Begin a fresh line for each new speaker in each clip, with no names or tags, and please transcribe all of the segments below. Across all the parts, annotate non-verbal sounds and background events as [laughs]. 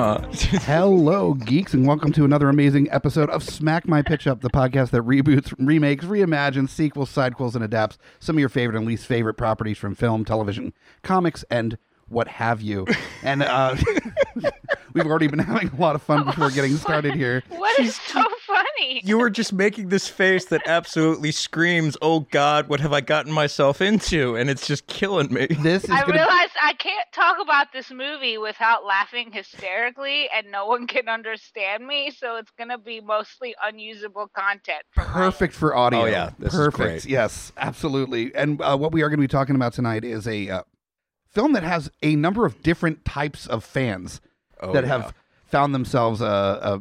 Hello, geeks, and welcome to another amazing episode of Smack My Pitch Up, the podcast that reboots, remakes, reimagines, sequels, sidequels, and adapts some of your favorite and least favorite properties from film, television, comics, and what have you. And uh, [laughs] we've already been having a lot of fun before getting started here.
What is so funny?
you were just making this face that absolutely screams, "Oh God, what have I gotten myself into?" And it's just killing me.
This is
I
gonna be-
realized I can't talk about this movie without laughing hysterically, and no one can understand me, so it's gonna be mostly unusable content. From my
perfect for audio.
Oh, yeah. This is
perfect.
great.
Yes, absolutely. And uh, what we are going to be talking about tonight is a uh, film that has a number of different types of fans
Oh,
that
yeah.
have found themselves uh, uh,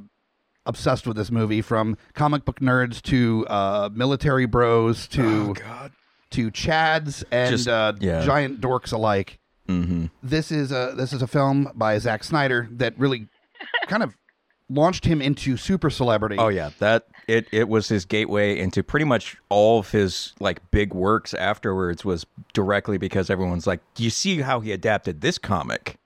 obsessed with this movie, from comic book nerds to uh, military bros to
Oh God.
to chads and
Just-
uh,
yeah.
giant dorks alike.
Mm-hmm.
This is a this is a film by Zack Snyder that really kind of launched him into super celebrity.
[laughs] Oh yeah, that it it was his gateway into pretty much all of his like big works afterwards was directly because everyone's like, "You see how he adapted this comic."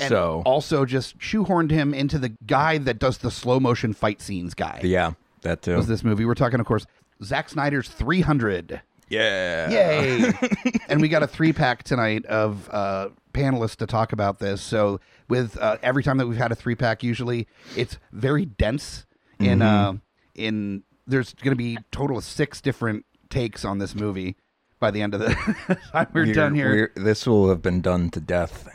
and
so
also just shoehorned him into the guy that does the slow motion fight scenes guy.
yeah, that too.
Was this movie? We're talking, of course, Zack Snyder's 300.
yeah.
Yay! and we got a three pack tonight of uh, panelists to talk about this. So with uh, every time that we've had a three pack, usually it's very dense. In uh, in there's going to be a total of six different takes on this movie by the end of the [laughs] time we're, done here.
we're- this will have been done to death.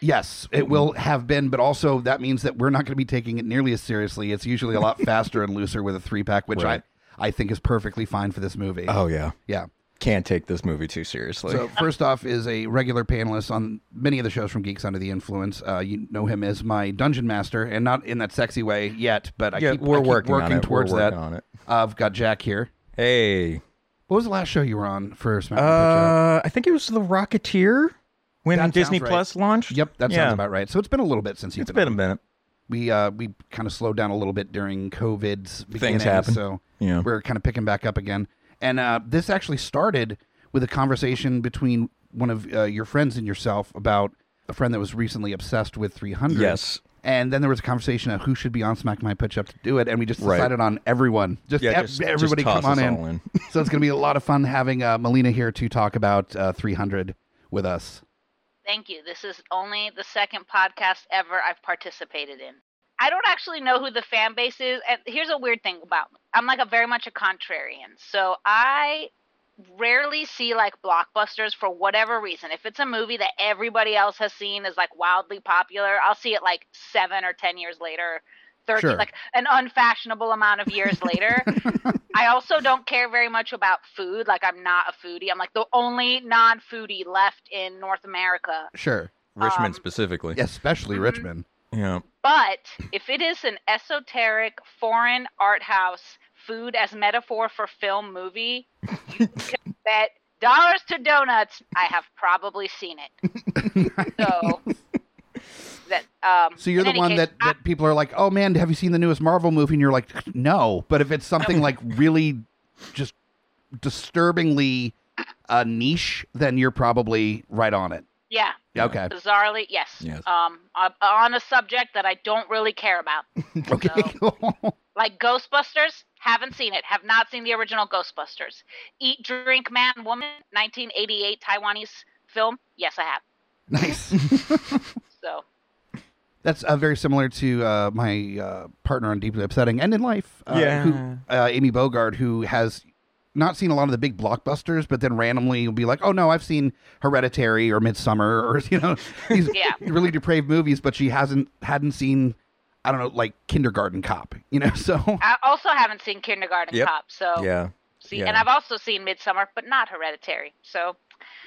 Yes, it
Mm-hmm.
will have been, but also that means that we're not going to be taking it nearly as seriously. It's usually a
[laughs]
lot faster and looser with a three pack, which
Right.
I, I think is perfectly fine for this movie.
Oh yeah,
yeah.
can't take this movie too seriously.
So first off is a regular panelist on many of the shows from Geeks Under the Influence. Uh, you know him as my dungeon master, and not in that sexy way yet, but I
yeah,
keep I
we're
keep
working, on it. We're
towards
working
that.
on it.
Uh, I've got Jack here.
Hey,
What was the last show you were on for Smack and Pitch Up?
Uh, I think it was The Rocketeer when
That sounds
Disney
right.
Plus launched.
Yep, that
yeah.
sounds about right. So it's been a little bit since you've
It's been a minute.
we uh we kind of slowed down a little bit during COVID's beginning,
happen.
so
Yeah.
we're kind of picking back up again. And uh, this actually started with a conversation between one of uh, your friends and yourself about a friend that was recently obsessed with 300.
Yes.
And then there was a conversation of who should be on Smack My Pitch Up to do it, and we just
Right.
decided on everyone. Just,
Yeah,
ev-
just- just
everybody
toss
come on
us
in.
all in.
so it's going to be a lot of fun having uh, Melina here to talk about uh, 300 with us.
Thank you. This is only the second podcast ever I've participated in. I don't actually know who the fan base is. And here's a weird thing about me I'm like a very much a contrarian. So I rarely see like blockbusters for whatever reason. If it's a movie that everybody else has seen is like wildly popular, I'll see it like seven or 10 years later. 30,
Sure.
like an unfashionable amount of years later. I also don't care very much about food. Like, I'm not a foodie. I'm like the only non foodie left in North America
Sure.
Um,
Richmond specifically.
Especially
Mhm.
Richmond.
Yeah.
But if it is an esoteric foreign art house food as metaphor for film movie,
[laughs]
you can bet dollars to donuts I have probably seen it. So that um
So you're
in
the
any
one
case,
that,
I-
that people are like, oh man, have you seen the newest Marvel movie? And you're like, no. But if it's something
[laughs]
like really just disturbingly uh, niche, then you're probably right on it.
yeah,
Yeah,
[laughs]
Okay.
bizarrely, yes.
Yes.
Um on- on a subject that I don't really care about.
Okay. [laughs] cool.
Like Ghostbusters, haven't seen it. Have not seen the original Ghostbusters. Eat, Drink, Man, Woman, 1988 Taiwanese film. Yes, I have.
Nice.
So
That's uh, very similar to uh, my uh, partner on Deeply Upsetting and in life, uh,
Yeah.
who, uh, Amy Bogard, who has not seen a lot of the big blockbusters, but then randomly will be like, "Oh no, I've seen Hereditary or Midsummer [laughs] or you know these
Yeah.
really depraved movies," but she hasn't hadn't seen, I don't know, like Kindergarten Cop, you know. [laughs] So
I also haven't seen Kindergarten
Yep.
Cop. So
Yeah.
see,
yeah.
and I've also seen Midsummer, but not Hereditary. So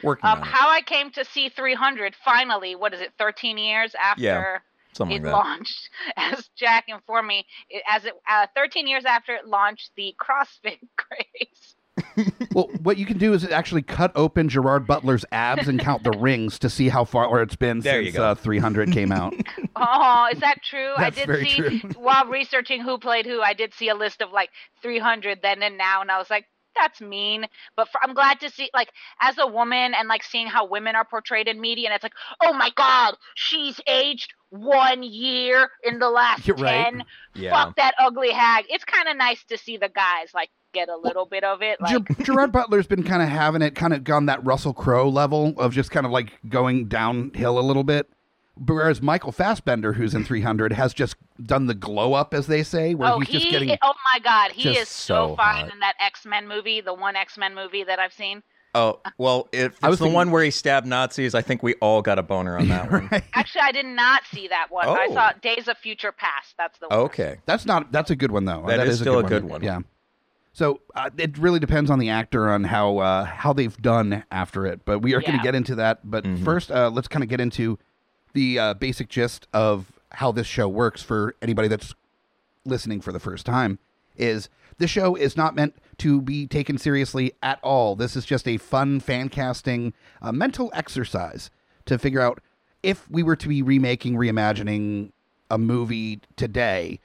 Working
um,
on it.
how I came to see 300 finally. What is it? 13 years after.
Something
it
like that.
launched, [laughs] as Jack informed me, it, as it uh, 13 years after it launched the CrossFit [laughs] craze.
well, what you can do is actually cut open Gerard Butler's abs and count the rings to see how far it's been
There you
since
go.
uh, 300 came out.
Oh, is that true? I
That's
did
very
see
true. [laughs]
while researching who played who. I did see a list of like 300 then and now, and I was like, that's mean. But for, I'm glad to see, like, as a woman and like seeing how women are portrayed in media, and it's like, oh my god, she's aged one year in the last
You're right.
10.
Yeah.
Fuck that ugly hag. It's kind of nice to see the guys like get a little bit of it. Like,
Ger- Gerard Butler's been kind of having it, kind of gone that Russell Crowe level of just kind of like going downhill a little bit. But Whereas Michael Fassbender, who's in 300, has just done the glow up, as they say, where
oh,
he's
he,
just getting.
oh my god, he
just
is so,
so
fine
hot.
in that X Men movie, the one X Men movie that I've seen.
Oh well, if it's
I was
the
thinking-
one where he stabbed Nazis, I think we all got a boner on [laughs] that one.
Actually, I did not see that one. I
Oh.
saw Days of Future Past. That's the one.
Okay.
That's not. That's a good one though.
That is still a good one.
Yeah. So uh, it really depends on the actor on how uh, how they've done after it. But we are going
Yeah.
to get into that. But
Mm-hmm.
first, uh, let's kind of get into the uh, basic gist of how this show works for anybody that's listening for the first time. Is this show is not meant to be taken seriously at all. This is just a fun fan casting uh, mental exercise to figure out if we were to be remaking, reimagining a movie today,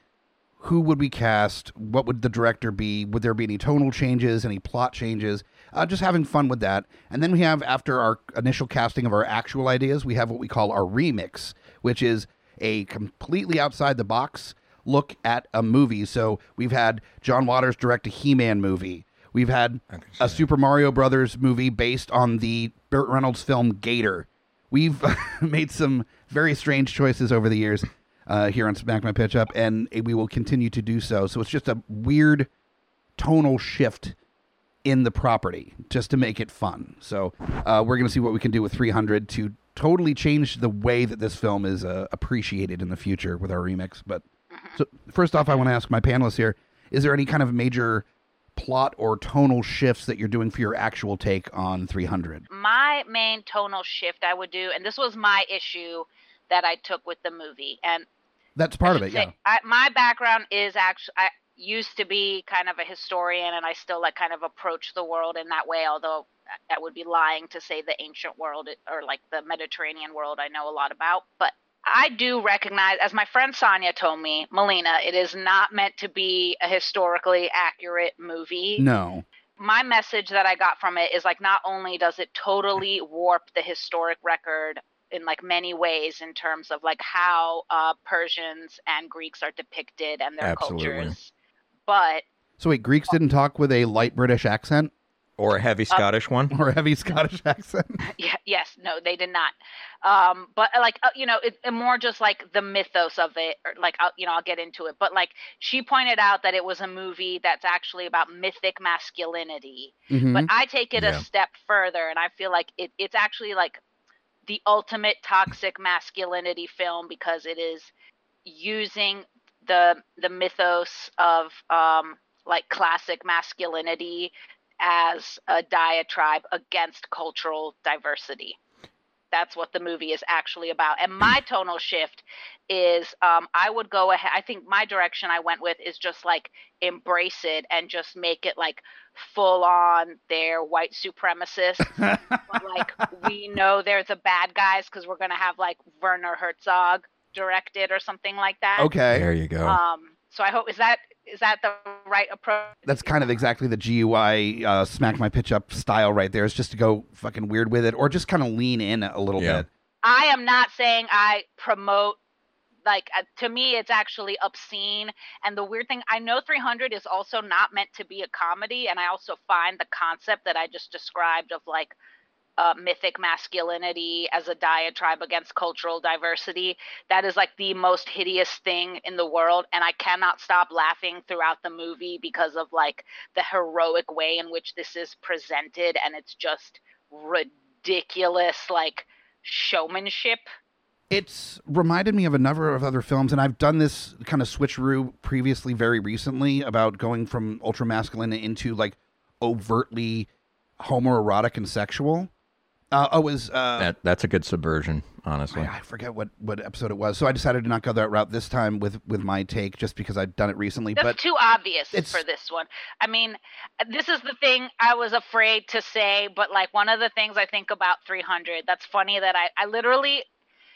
who would we cast? What would the director be? Would there be any tonal changes, any plot changes? Uh, just having fun with that. And then we have, after our initial casting of our actual ideas, we have what we call our remix, which is a completely outside the box look at a movie. So we've had John Waters direct a He Man movie. We've had a Super Mario Brothers movie based on the Burt Reynolds film Gator. We've [laughs] made some very strange choices over the years uh, here on Smack My Pitch Up, and we will continue to do so. So it's just a weird tonal shift in the property just to make it fun. So uh, we're going to see what we can do with 300 to totally change the way that this film is uh, appreciated in the future with our remix. But so first off, I want to ask my panelists here: Is there any kind of major plot or tonal shifts that you're doing for your actual take on 300?
My main tonal shift I would do, and this was my issue that I took with the movie, and
That's part of
should
it,
say,
yeah.
I, my background is actually I used to be kind of a historian, and I still like kind of approach the world in that way. Although I- I would be lying to say the ancient world or like the Mediterranean world I know a lot about, but. I do recognize, as my friend Sonia told me, Melina, it is not meant to be a historically accurate movie
No,
my message that I got from it is like not only does it totally warp the historic record in like many ways in terms of like how uh, Persians and Greeks are depicted and their
Absolutely.
cultures, but [laughs]
so wait, Greeks didn't talk with a light British accent [laughs]
Or a
Uh,
heavy Scottish one.
or a heavy Scottish accent.
yeah, yes, no, they did not. Um, but like uh, you know, it, it more just like the mythos of it, or like I'll, you know, I'll get into it. But like she pointed out that it was a movie that's actually about mythic masculinity.
Mhm.
but I take it
Yeah.
a step further, and I feel like it, it's actually like the ultimate toxic masculinity film because it is using the the mythos of um, like classic masculinity as a diatribe against cultural diversity. That's what the movie is actually about. And my tonal shift is um, I would go ahead. I think my direction I went with is just like embrace it and just make it like full on they're white supremacists. but like we know they're the bad guys because we're gonna have like Werner Herzog directed or something like that.
Okay.
There you go.
Um. So I hope is that is that the right approach?
That's kind of exactly the GUI uh, smack my pitch up style right there. Is just to go fucking weird with it, or just kind of lean in a little
Yeah.
bit.
I am not saying I promote like uh, to me it's actually obscene and the weird thing I know 300 is also not meant to be a comedy and I also find the concept that I just described of like uh, mythic masculinity as a diatribe against cultural diversity. That is like the most hideous thing in the world. And I cannot stop laughing throughout the movie because of like the heroic way in which this is presented. And it's just ridiculous, like showmanship.
It's reminded me of a number of other films, and I've done this kind of switcheroo previously, very recently, about going from ultra masculine into like overtly homoerotic and sexual. Uh, oh, it was uh,
That that's a good subversion, honestly.
I I forget what what episode it was. So I decided to not go that route this time with with my take, just because I've done it recently.
That's
but
too obvious
it's-
for this one. I mean, this is the thing I was afraid to say, but like one of the things I think about 300, that's funny that I, I literally,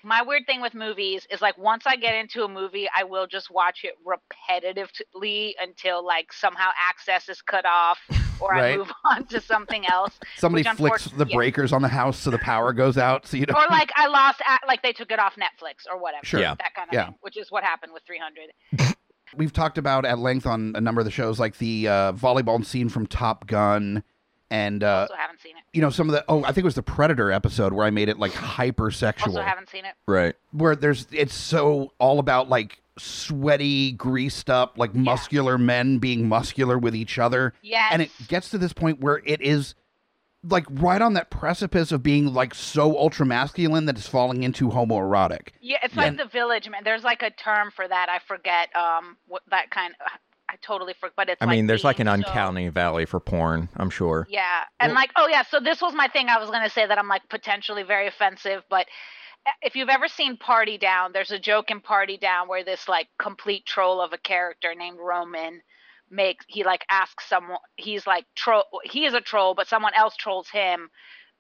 my weird thing with movies is like once I get into a movie, I will just watch it repetitively until like somehow access is
[laughs]
cut off or I
Right.
move on to something else.
somebody
which
flicks the
unfortunately- yeah.
breakers on the house so the power goes out. So you don't.
Or like I lost, a like they took it off Netflix or whatever.
Sure.
Yeah.
That kind of
Yeah.
thing, which is what happened with 300.
We've talked about at length on a number of the shows, like the uh, volleyball scene from Top Gun, and uh,
Also haven't seen it.
you know some of the. Oh, I think it was the Predator episode where I made
[gasps]
it like
Also
hypersexual,
haven't seen it.
Right.
where there's it's so all about like sweaty, greased up, like muscular men being muscular with each other.
Yes.
and it gets to this point where it is like right on that precipice of being like so ultra masculine that it's falling into homoerotic.
Yeah, it's
Yeah.
like
And-
the village man. There's like a term for that. I forget um what that kind. I totally forget. But it's.
I mean, there's like an
being so-
uncanny valley for porn, I'm sure.
Yeah, and
Well-
like oh yeah. So this was my thing. I was gonna say that I'm like potentially very offensive, but eh, if you've ever seen Party Down, there's a joke in Party Down where this like complete troll of a character named Roman makes he like asks someone he's like troll he is a troll but someone else trolls him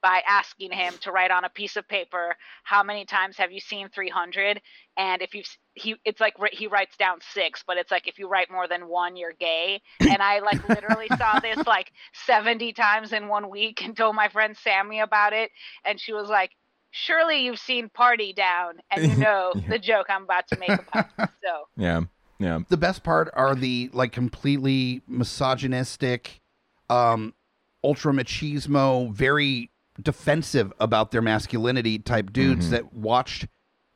by asking him to write on a piece of paper how many times have you seen 300 and if you've s- he it's like wri- he writes down six but it's like if you write more than one you're gay and i like literally saw this like 70 times in one week and told my friend sammy about it and she was like surely you've seen party down and you know the joke i'm about to make about it so
Yeah. Yeah.
The best part are the like completely misogynistic, um, ultra machismo, very defensive about their masculinity type dudes
Mhm.
that watched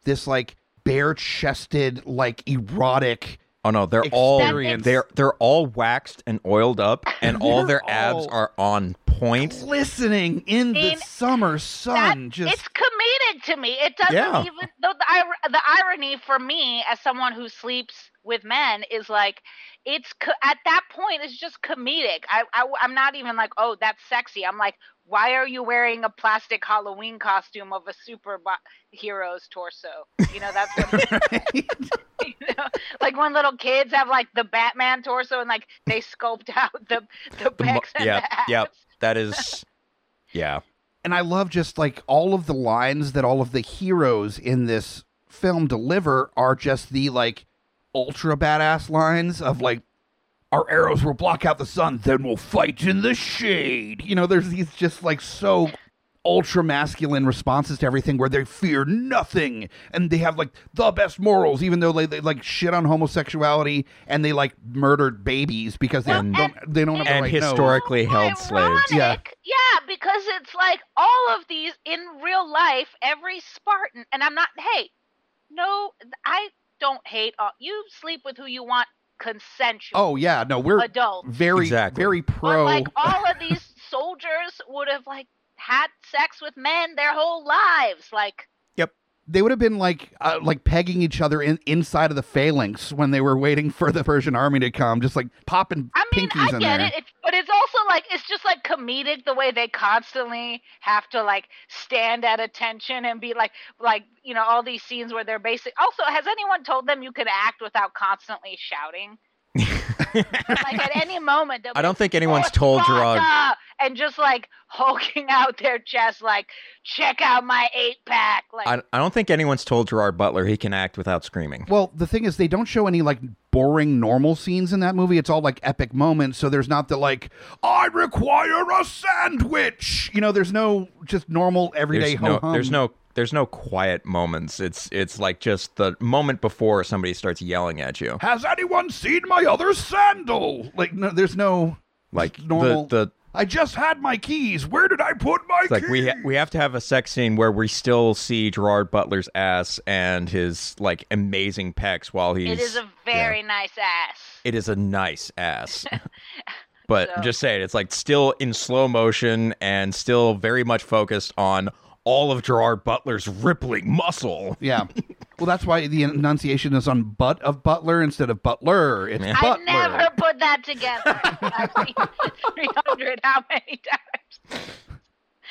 this like bare chested, like erotic.
Oh no, they're all
Experience.
they're they're all waxed and oiled up, and all
They're
their abs
all-
are on point.
Glistening in the
Mean,
summer sun,
That-
just
it's comedic to me. It doesn't
Yeah.
even though the, ir- the irony for me as someone who sleeps with men is like it's co- at that point it's just comedic. I, I am not even like oh that's sexy. I'm like why are you wearing a plastic Halloween costume of a super hero's torso? You know that's what
[laughs]
[laughs] it is. You know? like when little kids have like the Batman torso and like they sculpt out the the
The mo-
pecs and
yeah,
the abs.
yeah, that is, yeah,
and I love just like all of the lines that all of the heroes in this film deliver are just the like ultra badass lines of like our arrows will block out the sun, then we'll fight in the shade. You know, there's these just like so ultra masculine responses to everything where they fear nothing and they have like the best morals, even though like, they like shit on homosexuality and they like murdered babies because they,
Well,
don't, they don't have the
and
right nose.
historically held slaves.
ironic.
Yeah.
Yeah, because it's like all of these in real life, every Spartan, and I'm not, hey, no, I don't hate. All, you sleep with who you want consensual
Oh yeah, no, we're
adult.
very
Exactly.
very pro
But like
[laughs]
all of these soldiers would have like had sex with men their whole lives. Like,
they would have been like uh, like pegging each other in, inside of the phalanx when they were waiting for the Persian army to come, just like popping
I mean,
pinkies
I
in
get
there.
it, it's, but it's also like it's just like comedic the way they constantly have to like stand at attention and be like, like you know, all these scenes where they're basic. Also, has anyone told them you could act without constantly
[laughs]
shouting? like at any moment, they'll
I
be
don't
like,
think anyone's
"Oh,
told
vodka!"
Gerard.
and just like hulking [laughs] out their chest, like check out my eight pack. Like
I, I don't think anyone's told Gerard Butler he can act without screaming.
Well, the thing is, they don't show any like boring normal scenes in that movie. It's all like epic moments. So there's not the like I require a sandwich. You know, there's no just normal everyday
There's no,
ho-hum.
there's no, there's no quiet moments. It's it's like just the moment before somebody starts yelling at you.
Has anyone seen my other sandal? Like no, there's no
Like
normal.
the the
I just had my keys. Where did I put my
It's like
keys?
we ha- we have to have a sex scene where we still see Gerard Butler's ass and his like amazing pecs while he's
it is a very nice ass.
it is a nice
[laughs]
ass. but
So-
I'm just saying, it's like still in slow motion and still very much focused on all of Gerard Butler's rippling muscle.
Yeah. Well, that's why the enunciation is on butt of butler instead of butler. It's
Yeah.
butler.
I never put that together. I've seen 300 how many times?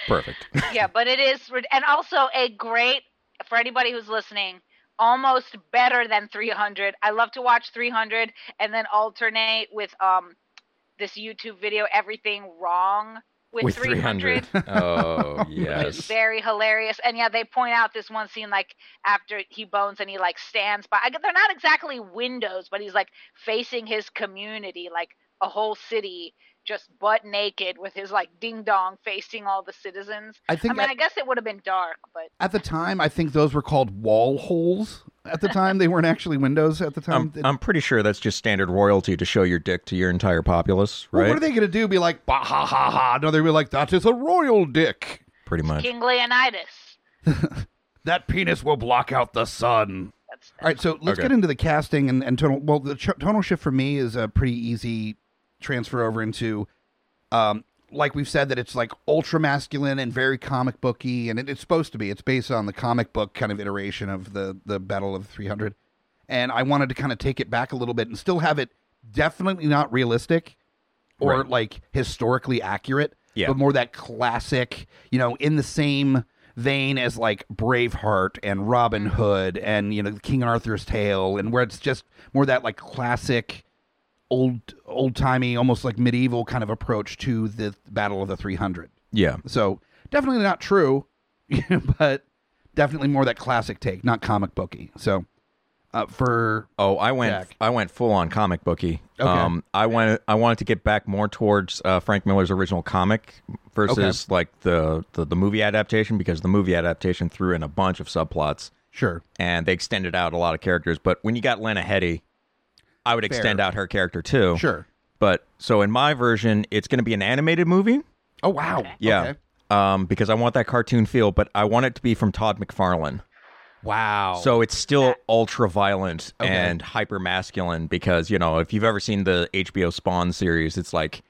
Perfect.
Yeah, but it is, rid- and also a great for anybody who's listening. Almost better than 300. I love to watch 300 and then alternate with um this YouTube video, everything wrong with,
With
300.
300.
[laughs]
Oh,
It's
yes.
very hilarious. And yeah, they point out this one scene like after he bones and he like stands by. I, gu- they're not exactly windows, but he's like facing his community, like a whole city, just butt naked with his like ding dong facing all the citizens.
I
I,
think
mean, I guess it would have been dark, but
at the time, I think those were called wall holes. At the time, they weren't actually windows. At the time,
I'm, I'm pretty sure that's just standard royalty to show your dick to your entire populace,
Well,
right?
what are they going to do? Be like, bah ha ha ha? No, they'd be like, that is a royal dick.
Pretty much.
King Leonidas.
That penis will block out the sun.
That's
All right, so let's
Okay.
get into the casting and, and tonal. Well, the ch- tonal shift for me is a pretty easy transfer over into, um, like we've said, that it's like ultra masculine and very comic booky, and it, it's supposed to be. It's based on the comic book kind of iteration of the the Battle of 300, and I wanted to kind of take it back a little bit and still have it definitely not realistic or
Right.
like historically accurate,
Yeah.
but more that classic, you know, in the same vein as like Braveheart and Robin Hood and you know King Arthur's Tale and where it's just more that like classic old old timey almost like medieval kind of approach to the Battle of the 300.
Yeah.
So, definitely not true, [laughs] but definitely more that classic take, not comic booky. So, uh, for
Oh, I went
Jack.
I went full on comic booky.
Okay.
Um I wanted I wanted to get back more towards uh, Frank Miller's original comic versus like the, the the movie adaptation because the movie adaptation threw in a bunch of subplots
sure.
and they extended out a lot of characters, but when you got Lena Headey, I would extend out her character too.
Sure.
But so in my version, it's going to be an animated movie.
Oh wow.
Yeah.
Okay.
Um, because I want that cartoon feel, but I want it to be from Todd McFarlane.
Wow.
So it's still ultra violent
Okay.
and hyper masculine because, you know, if you've ever seen the HBO Spawn series, it's like,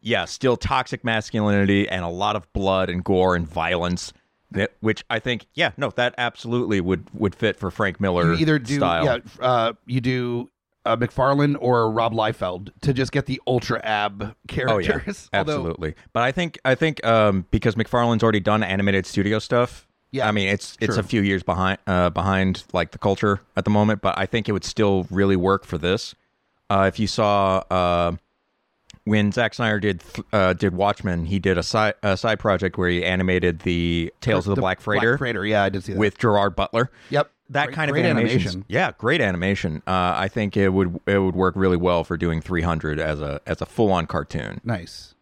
yeah, still toxic masculinity and a lot of blood and gore and violence. that- Which I think, yeah, no, that absolutely would would fit for Frank Miller
you either do
style.
yeah uh, you do uh, McFarlane or Rob Liefeld to just get the ultra ab characters. [laughs] Although-
Oh, absolutely. But I think I think um, because McFarlane's already done animated studio stuff.
Yeah,
I mean it's it's
sure.
a few years behind uh, behind like the culture at the moment, but I think it would still really work for this. Uh, if you saw uh, when Zack Snyder did th- uh, did Watchmen, he did a side a side project where he animated the Tales of the, Black Freighter
Yeah, I did see that.
with Gerard Butler
yep,
that
Great-
kind of
great
animation's-
animation.
Yeah, great animation. Uh, I think it would it would work really well for doing 300 as a as a full on cartoon.
Nice.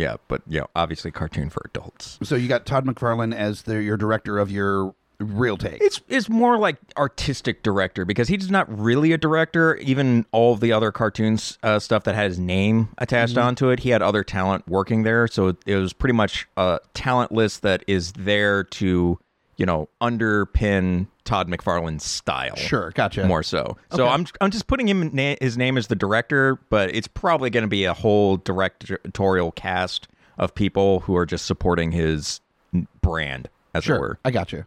Yeah, but you know, obviously cartoon for adults.
So you got Todd McFarlane as the, your director of your real take.
It's it's more like artistic director because he's not really a director. Even all of the other cartoons uh, stuff that had his name attached onto it, he had other talent working there. So it, it was pretty much a talent list that is there to you know underpin Todd McFarlane's style.
sure, gotcha.
more so. So I'm I'm just putting him na- his name as the director, but it's probably going to be a whole directorial cast of people who are just supporting his n- brand, as it
sure,
were.
I got you.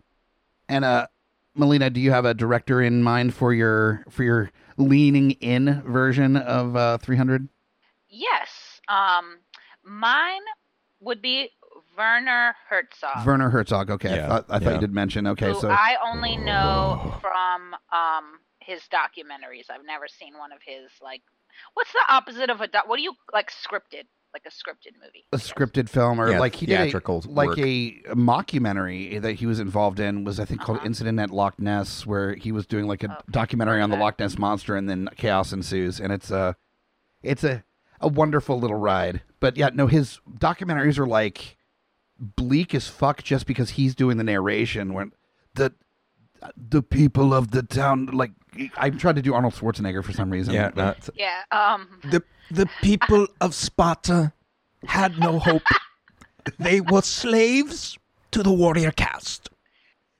And uh, Melina, do you have a director in mind for your for your leaning in version of uh, 300?
Yes. Um, mine would be Werner Herzog.
Werner Herzog. Okay, I
Yeah,
thought, I thought
yeah.
you did mention. Okay,
who
so
Ah. I only know from um his documentaries. I've never seen one of his like. What's the opposite of a doc? What do you like scripted? Like a scripted movie.
a scripted film or
Yeah,
like he did a-
theatrical
like
work.
a mockumentary that he was involved in was I think called Incident at Loch Ness where he was doing like a
Uh-huh. Oh,
documentary on the
okay.
Loch Ness monster and then chaos ensues and it's a it's a a wonderful little ride but yeah no his documentaries are like bleak as fuck just because he's doing the narration when the the people of the town like I'm trying to do Arnold Schwarzenegger for some reason
Yeah,
but-
Yeah. Um.
the the people of Sparta
had no hope. they were slaves to the warrior caste.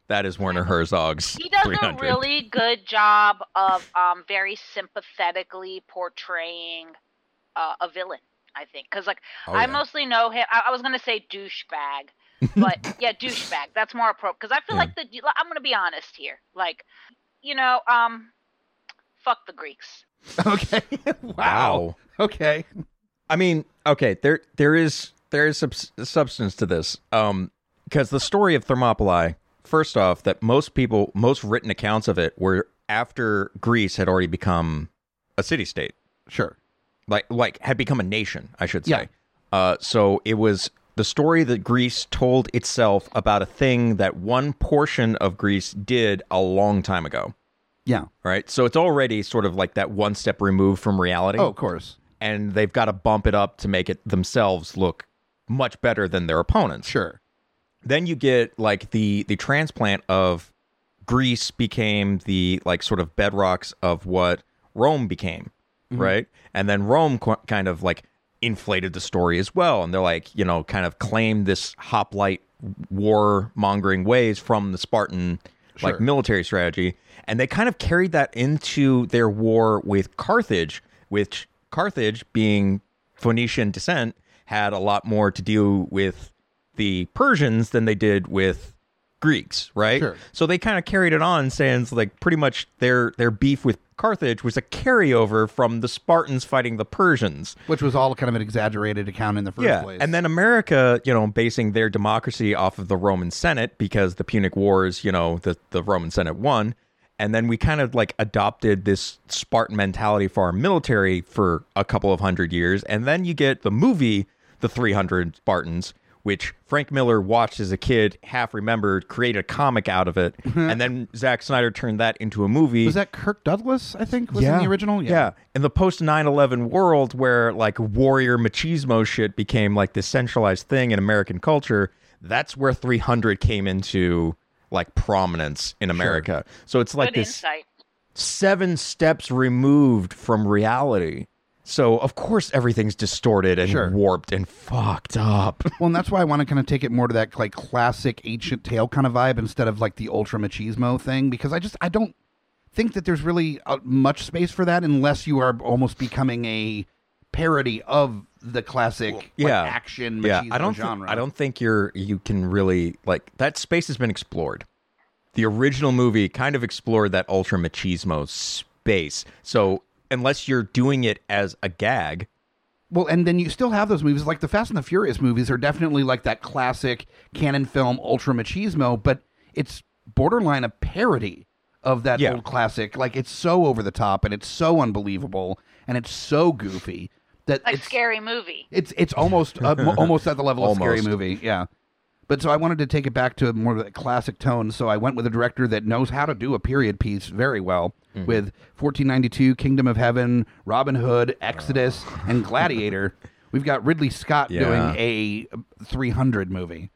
That is Werner Herzog's.
He does a [laughs]
300.
really good job of um, very sympathetically portraying uh, a villain. I think because like
Oh,
I
yeah.
mostly know him. I, I was gonna say
[laughs]
douchebag, but yeah, douchebag. That's more appropriate because I feel
Yeah.
like the. I'm gonna be honest here. Like, you know, um, fuck the Greeks.
Okay.
Wow.
Okay.
I mean, okay, there there is there is subs- substance to this. Um because the story of Thermopylae, first off, that most people most written accounts of it were after Greece had already become a city state.
Sure.
Like like had become a nation, I should say.
Yeah.
Uh so it was the story that Greece told itself about a thing that one portion of Greece did a long time ago.
Yeah.
Right? So it's already sort of like that one step removed from reality
Oh, of course.
and they've got to bump it up to make it themselves look much better than their opponents.
Sure.
Then you get like the the transplant of Greece became the like sort of bedrocks of what Rome became, right? And then Rome qu- kind of like inflated the story as well, and they're like you know kind of claimed this hoplite war mongering ways from the Spartan
Sure.
like military strategy, and they kind of carried that into their war with Carthage, which Carthage, being Phoenician descent, had a lot more to do with the Persians than they did with Greeks, right?
Sure.
So they kind of carried it on, saying it's like pretty much their their beef with Carthage was a carryover from the Spartans fighting the Persians.
Which was all kind of an exaggerated account in the first
yeah,
place.
and then America, you know, basing their democracy off of the Roman Senate because the Punic Wars, you know, the the Roman Senate won, and then we kind of like adopted this Spartan mentality for our military for a couple of hundred years, and then you get the movie The Three Hundred Spartans. Which Frank Miller watched as a kid, half remembered, created a comic out of it, and then Zack Snyder turned that into a movie.
Mm-hmm. was that Kirk Douglas? I think was in the original. [laughs]
Yeah. In the post 9 11 world where like warrior machismo shit became like this centralized thing in American culture, that's where 300 came into like prominence in America. So it's like
good
this
insight.
seven steps removed from reality. So of course everything's distorted and
Sure.
warped and fucked up. [laughs]
Well, and that's why I want to kind of take it more to that like classic ancient tale kind of vibe instead of like the ultra machismo thing because I just I don't think that there's really uh, much space for that unless you are almost becoming a parody of the classic like,
yeah.
action
yeah,
machismo
I don't thi-
genre.
I don't think you're you can really like that space has been explored. The original movie kind of explored that ultra machismo space. So unless you're doing it as a gag,
Well, and then you still have those movies like the Fast and the Furious movies are definitely like that classic canon film ultra machismo, but it's borderline a parody of that
Yeah.
old classic. Like it's so over the top and it's so unbelievable and it's so goofy that
Like
it's
scary movie.
It's it's almost uh,
[laughs]
mo- almost at the level of scary
Almost.
movie. Yeah. But so I wanted to take it back to a more of a classic tone. So I went with a director that knows how to do a period piece very well
Mm-hmm.
with 1492, Kingdom of Heaven, Robin Hood,
Oh.
Exodus, and
[laughs]
Gladiator. We've got Ridley Scott
Yeah.
doing a 300 movie.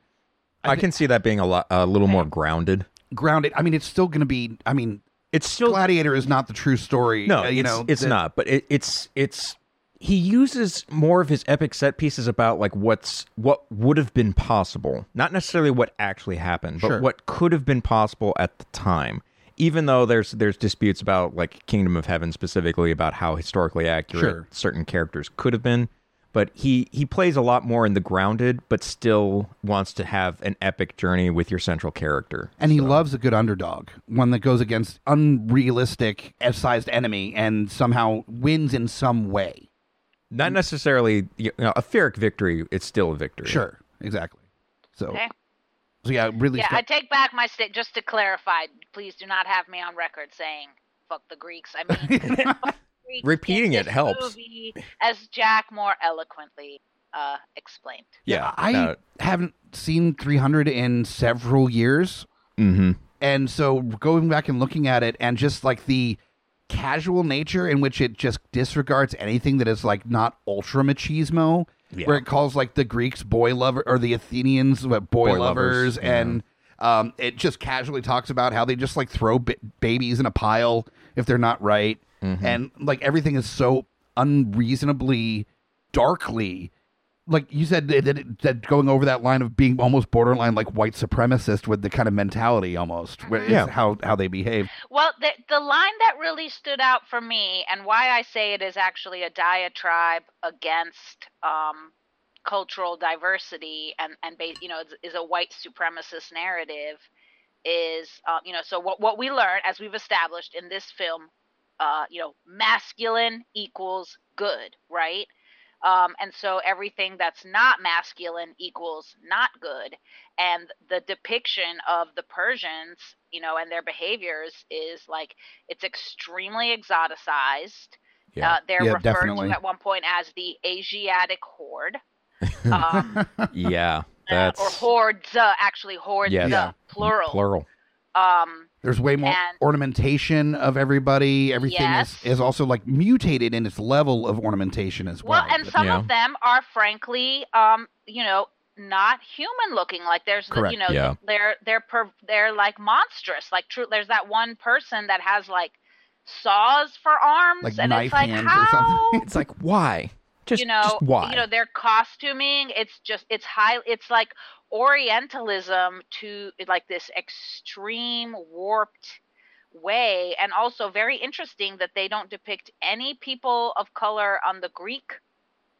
I, can see that being a lot a little more grounded.
Grounded. I mean, it's still going to be. I mean,
It's still
Gladiator is not the true story.
No,
uh, you
it's,
know,
it's
the-
not. But it, it's it's he uses more of his epic set pieces about like what's what would have been possible, not necessarily what actually happened, but
Sure.
what could have been possible at the time. Even though there's there's disputes about like Kingdom of Heaven specifically about how historically accurate
Sure.
certain characters could have been, but he he plays a lot more in the grounded, but still wants to have an epic journey with your central character.
And he loves a good underdog, one that goes against unrealistic sized enemy and somehow wins in some way.
Not
Mm.
necessarily you know, a Ferric victory; it's still a victory.
Sure, exactly. So,
Okay.
so yeah, really.
Yeah,
stuck-
I take back my state. Just to clarify, please do not have me on record saying "fuck the Greeks." I mean,
[laughs]
fuck the Greeks in
Repeating it
this
helps.
movie, as Jack more eloquently uh, explained.
Yeah,
I haven't seen 300 in several years,
mm-hmm.
and so going back and looking at it, and just like the casual nature in which it just disregards anything that is like not ultra machismo,
Yeah.
where it calls like the Greeks boy lover or the Athenians what, boy,
Boy
lovers,
lovers,
and um, it just casually talks about how they just like throw b- babies in a pile if they're not right, and like everything is so unreasonably darkly
like you said that, that, that going over that line of being almost borderline like white supremacist with the kind of mentality almost where
Yeah.
it's how how they behave
Well, the, the line that really stood out for me and why I say it is actually a diatribe against um, cultural diversity and, and ba- you know, is, is a white supremacist narrative is, uh, you know, so what, what we learn, as we've established in this film, uh, you know, masculine equals good, right? Um, and so everything that's not masculine equals not good and the depiction of the Persians, you know, and their behaviors is like it's extremely exoticized.
Yeah.
Uh, they're
Yeah,
referred
definitely.
to at one point as the Asiatic horde.
[laughs]
Um,
yeah,
[laughs]
that's
or hordes, uh, actually, hordes,
Yes.
uh, plural.
plural.
Um,
There's way more
And-
ornamentation of everybody. Everything
Yes.
is, is also like mutated in its level of ornamentation as well.
well, and some of them are frankly, um, you know, not human looking. Like there's, the-
Correct,
you know,
yeah.
they're they're per, they're like monstrous. Like true, there's that one person that has like saws for arms,
Like
and
knife
it's like
hands
how
or something. [laughs]
It's like why? [laughs] Just,
you know,
just why?
you know, their costuming. It's just, it's high. It's like Orientalism to like this extreme warped way, and also very interesting that they don't depict any people of color on the Greek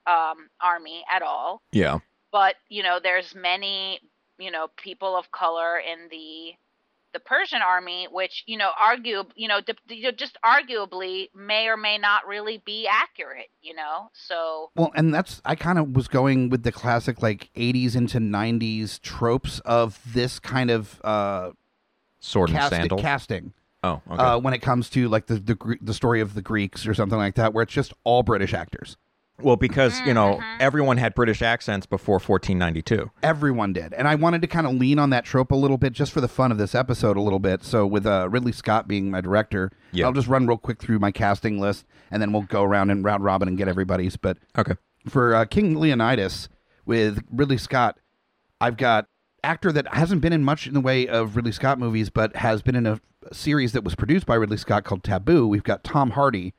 um, army at all.
yeah,
But you know, there's many, you know, people of color in the the Persian army, which you know, argue, you know, d- you know, just arguably may or may not really be accurate. You know, so.
Well, and that's I kind of was going with the classic like 80s into 90s tropes of this kind of uh
sword and
cast-
sandal.
casting
oh, okay.
uh, when it comes to like the, the Gre- the story of the Greeks or something like that, where it's just all British actors.
well, because you know
Mm-hmm.
everyone had British accents before 1492.
Everyone did, and I wanted to kind of lean on that trope a little bit just for the fun of this episode a little bit. So with uh, Ridley Scott being my director,
Yeah.
I'll just run real quick through my casting list, and then we'll go around and round robin and get everybody's. But
Okay.
for uh, King Leonidas with Ridley Scott, I've got actor that hasn't been in much in the way of Ridley Scott movies, but has been in a series that was produced by Ridley Scott called Taboo. We've got Tom Hardy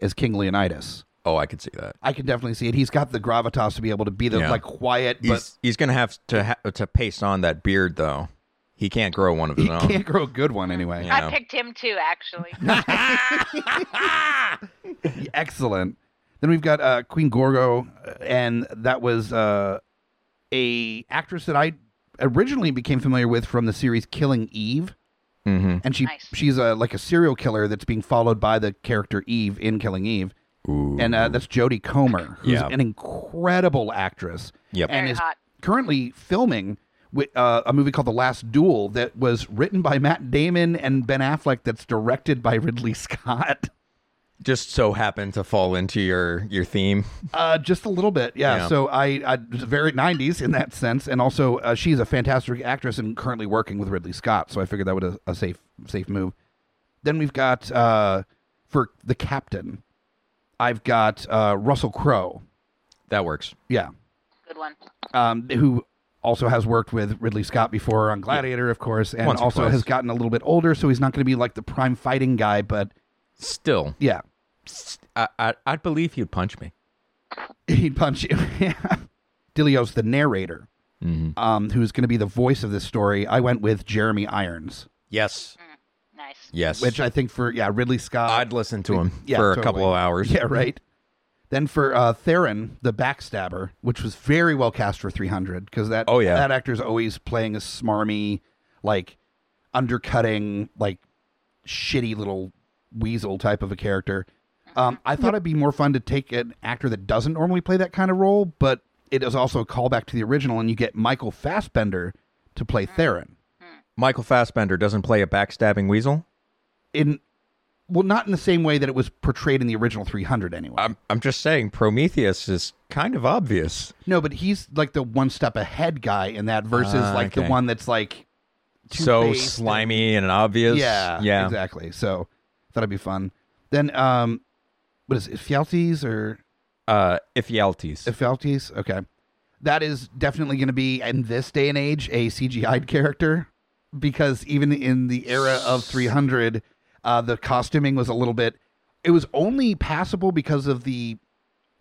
as King Leonidas.
Oh, I could see that.
I can definitely see it. He's got the gravitas to be able to be the
Yeah.
like quiet,
He's he's gonna have to ha- to paste on that beard though. He can't grow one of
but
his
he
own.
can't grow a good one anyway.
Yeah.
I picked him too, actually.
[laughs]
[laughs]
Excellent. Then we've got uh, Queen Gorgo, and that was uh, a actress that I originally became familiar with from the series Killing Eve.
Mm-hmm.
and she
Nice.
she's a like a serial killer that's being followed by the character Eve in Killing Eve, and uh, that's Jodie Comer, who's
Yeah.
an incredible actress,
Yep.
and
Very
is
hot.
currently filming with, uh, a movie called The Last Duel that was written by Matt Damon and Ben Affleck, that's directed by Ridley Scott. [laughs]
Just so happened to fall into your your theme.
Uh, just a little bit, yeah.
Yeah.
So I, I was very '90s in that sense, and also uh, she's a fantastic actress and currently working with Ridley Scott. So I figured that was a, a safe, safe move. Then we've got uh, for the captain, I've got uh, Russell Crowe,
That works.
yeah,
Good one.
um, who also has worked with Ridley Scott before on Gladiator, of course, and
Once or
also
twice.
has gotten a little bit older, so he's not going to be like the prime fighting guy, but
Still,
yeah, [laughs]
I, I I'd believe he'd punch me.
he'd punch you. [laughs] yeah. Dilio's the narrator.
Mm-hmm.
um, who's going to be the voice of this story, I went with Jeremy Irons,
Yes.
Nice.
Yes.
which I think for yeah Ridley Scott.
I'd listen to him
Yeah,
for a
totally.
couple of
[laughs]
hours.
yeah, right. Then for uh, Theron, the backstabber, which was very well cast for 300, because that
Oh, yeah.
that actor's always playing a smarmy, like undercutting, like shitty little weasel type of a character. Um, I thought it'd be more fun to take an actor that doesn't normally play that kind of role, but it is also a callback to the original, and you get Michael Fassbender to play Theron.
Michael Fassbender doesn't play a backstabbing weasel.
in well not in the same way that it was portrayed in the original 300 anyway
I'm I'm just saying Prometheus is kind of obvious.
no but he's like the one step ahead guy in that versus
Ah,
like the
okay.
one that's like
so
two-faced
slimy and obvious.
and- yeah
Yeah.
exactly so thought it'd be fun then um what is it Fialtes or
Uh, Iphialtes.
Fialtes? okay that is definitely going to be in this day and age a CGI character because even in the era of 300 uh the costuming was a little bit it was only passable because of the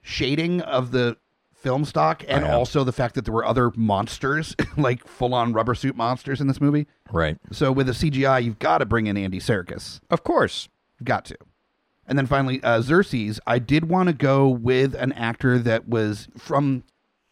shading of the film stock and
Oh, yeah.
also the fact that there were other monsters, [laughs] like full on rubber suit monsters in this movie.
Right.
So with the CGI, you've got to bring in Andy Serkis.
Of course.
Got to. And then finally, uh, Xerxes. I did want to go with an actor that was from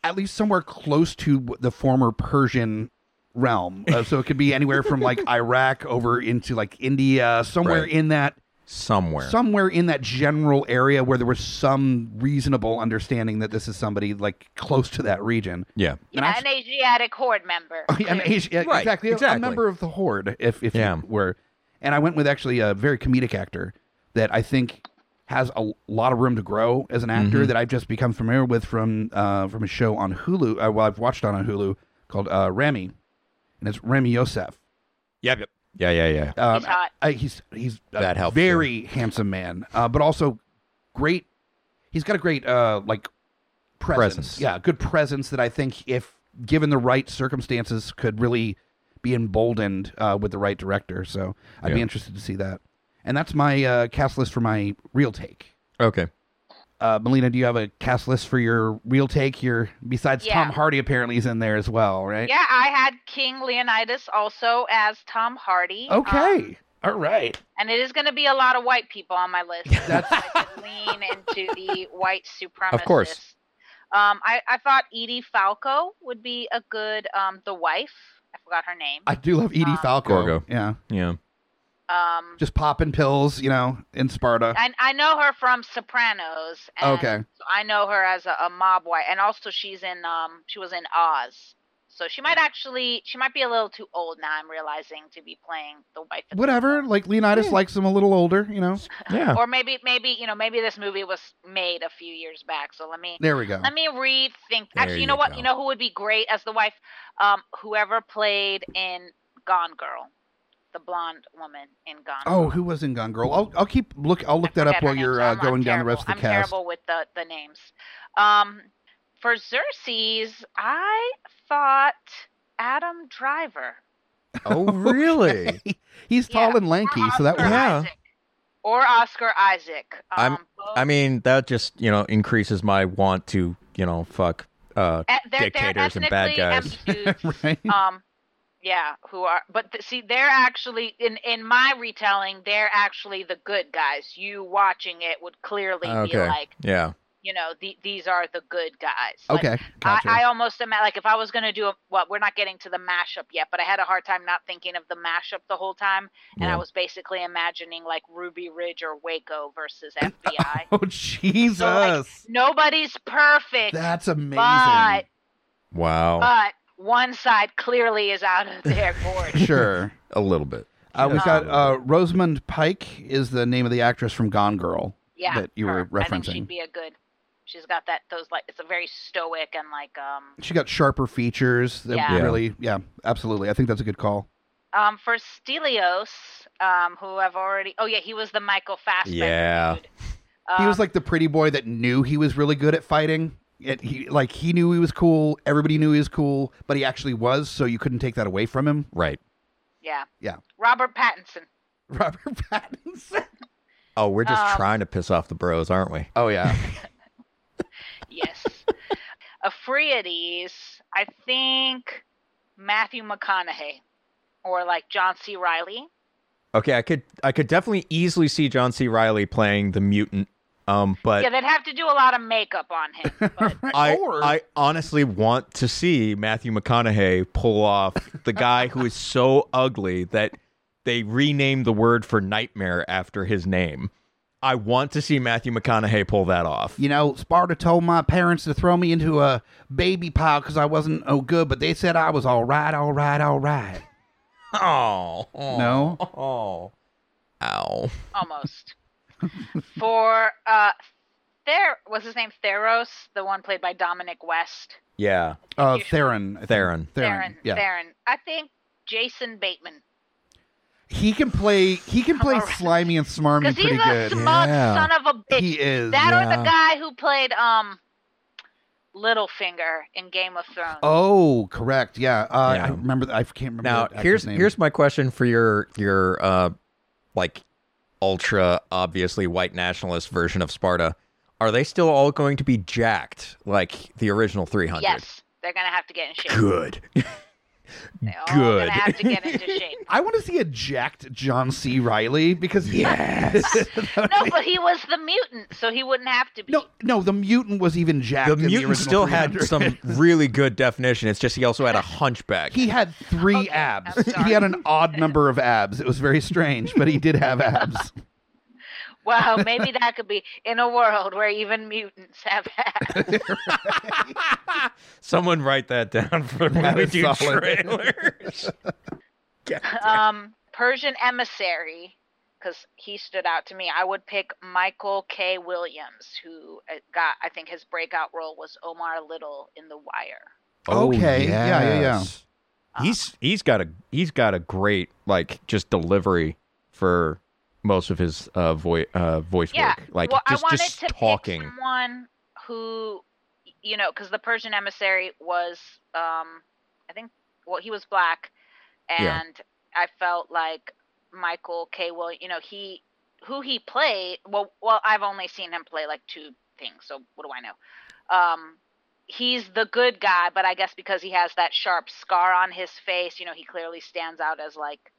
at least somewhere close to the former Persian realm. Uh, so it could be anywhere from like Iraq over into like India, somewhere
Right.
in that
Somewhere.
somewhere in that general area where there was some reasonable understanding that this is somebody like close to that region.
yeah.
Yeah,
actu-
an Asiatic horde
[laughs]
member.
an Asian, Oh, yeah,
Right,
exactly, a- a
exactly.
member of the horde, if if
Yeah.
you were. And I went with actually a very comedic actor that I think has a lot of room to grow as an
Mm-hmm.
actor that I've just become familiar with from uh, from a show on Hulu. Uh, well, I've watched on Hulu called uh, Rami, and it's Rami Yosef.
Yep. Yep. Yeah. Yeah. Yeah.
Um,
He's hot.
I, he's he's a
That helps,
very handsome man, uh, but also great. He's got a great uh, like presence.
Presence.
Yeah, good presence that I think, if given the right circumstances, could really be emboldened uh, with the right director. So I'd be
Yeah.
interested to see that. And that's my uh, cast list for my real take.
Okay.
Uh, Melina, do you have a cast list for your real take? Your besides
Yeah.
Tom Hardy apparently is in there as well, right?
Yeah, I had King Leonidas also as Tom Hardy. um,
Okay. All right.
and it is going to be a lot of white people on my list.
[laughs] That's-
I could lean into the white supremacists.
Of course.
Um, I, I thought Edie Falco would be a good um, the wife. I forgot her name.
I do love Edie
Um,
Falco.
Gorgo.
Yeah.
Yeah.
Um,
just popping pills, you know, in Sparta.
I, I know her from Sopranos. And
Okay.
I know her as a, a mob wife, and also she's in um she was in Oz, so she might actually she might be a little too old now. I'm realizing to be playing the wife. of the-
Whatever, like Leonidas likes him a little older, you know.
Yeah.
Or maybe maybe you know maybe this movie was made a few years back. So let me
There we go.
Let me rethink.
There
Actually, you
you
know what?
go.
You know who would be great as the wife? Um, whoever played in Gone Girl, the blonde woman in Gone.
Oh,
Girl.
who was in Gone Girl? I'll, I'll keep look. I'll look
I
that up
forget her
while
name,
you're
so
uh,
I'm- I'm
going down the rest of the
terrible- I'm
cast.
terrible with the the names. Um, for Xerxes, I thought Adam Driver.
[laughs] Oh, really?
He's tall
Yeah.
and lanky,
or
so that
Oscar
was
Yeah.
Isaac. Or Oscar Isaac.
I'm-
Um, both-
I mean, that just you know increases my want to you know fuck. Uh,
Eh, they're, they're
dictators and bad
ethnically
guys.
[laughs]
ambiguous.
right.
um yeah who are but th- see they're actually in in my retelling they're actually the good guys you watching it would clearly be
okay.
like
yeah.
you know the, these are the good guys Like,
Okay, gotcha.
I, I almost ima- like if I was gonna do a, well, we're not getting to the mashup yet, but I had a hard time not thinking of the mashup the whole time, and I
Yeah.
was basically imagining like Ruby Ridge or Waco
[laughs]
versus FBI.
oh Jesus,
So, like, Nobody's perfect,
that's amazing.
but
Wow.
but one side clearly is
[laughs]
out of their gourd.
sure.
a little bit.
[laughs]
Uh, we've
Um,
got uh, Rosamund Pike is the name of the actress from Gone Girl.
yeah,
that you were
her. I think
referencing.
she'd be a good. She's got that those like it's a very stoic and like um
She got sharper features. That
Yeah.
Yeah.
Really, yeah, absolutely. I think that's a good call.
um for Stelios um who I've already oh yeah he was the Michael Fassbender
Yeah.
dude. Um,
he was like the pretty boy that knew he was really good at fighting. It, he like he knew he was cool. Everybody knew he was cool, but he actually was, so you couldn't take that away from him. [laughs]
Right.
yeah
yeah.
Robert Pattinson
Robert Pattinson.
Oh, we're just
Um,
trying to piss off the bros, aren't we?
Oh yeah,
[laughs] yes Afriades I think Matthew McConaughey or like John C Riley
Okay, I could I could definitely easily see John C. Riley playing the mutant. Um, but
yeah they'd have to do a lot of makeup on him
[laughs]
but
I
Or-
I honestly want to see Matthew McConaughey pull off the guy who is so ugly that they renamed the word for nightmare after his name. I want to see Matthew McConaughey pull that off.
you know Sparta told my parents to throw me into a baby pile because I wasn't oh good, but they said I was all right, all right, all right.
Oh, oh
No.
Oh. Ow.
almost for uh there was his name Theros, the one played by Dominic West.
Yeah.
Uh, Theron, I think.
Theron.
Theron, yeah.
Theron. I think Jason Bateman.
He can play. He can play
All right.
slimy and smarmy
Because he's
pretty
a
good.
smug
Yeah.
son of a bitch.
He is.
that or the
yeah.
guy who played um Littlefinger in Game of Thrones.
Oh, correct. Yeah. Uh,
Yeah.
I remember. That. I can't remember.
Now
that actor's
here's
name.
here's my question for your your uh like ultra obviously white nationalist version of Sparta. Are they still all going to be jacked like the original 300?
Yes, they're gonna have to get in shape.
Good.
They're all
good.
gonna have to get into shape.
[laughs]
I want to see a jacked John C. Riley because
Yes.
No, but he was the mutant, so he wouldn't have to be.
[laughs] no, no, the mutant was even jacked.
the
in
mutant
original
still had
300.
some really good definition. It's just he also had a
[laughs]
hunchback.
He had three abs.
I'm sorry.
He had an odd number of abs. It was very strange, but he did have abs.
[laughs]
Wow, maybe that could be in a world where even mutants have
[laughs]
abs.
[laughs] Someone write that down for when
That
we
is
do
solid.
[laughs] trailers.
um, Persian emissary, because he stood out to me. I would pick Michael K. Williams, who uh, got I think his breakout role was Omar Little in The Wire.
Okay, yeah, yeah, yeah.
Oh, yes.
Ah.
He's he's got a he's got a great like just delivery for most of his uh, voi- uh voice
Yeah,
work. Like
well,
just
I wanted
just
to
talking.
pick someone who, you know, because the Persian emissary was, um, I think, well, he was black, and
Yeah.
I felt like Michael K. Well, you know, he who he played. Well, well, I've only seen him play like two things, so what do I know? Um, he's the good guy, but I guess because he has that sharp scar on his face, you know, he clearly stands out as like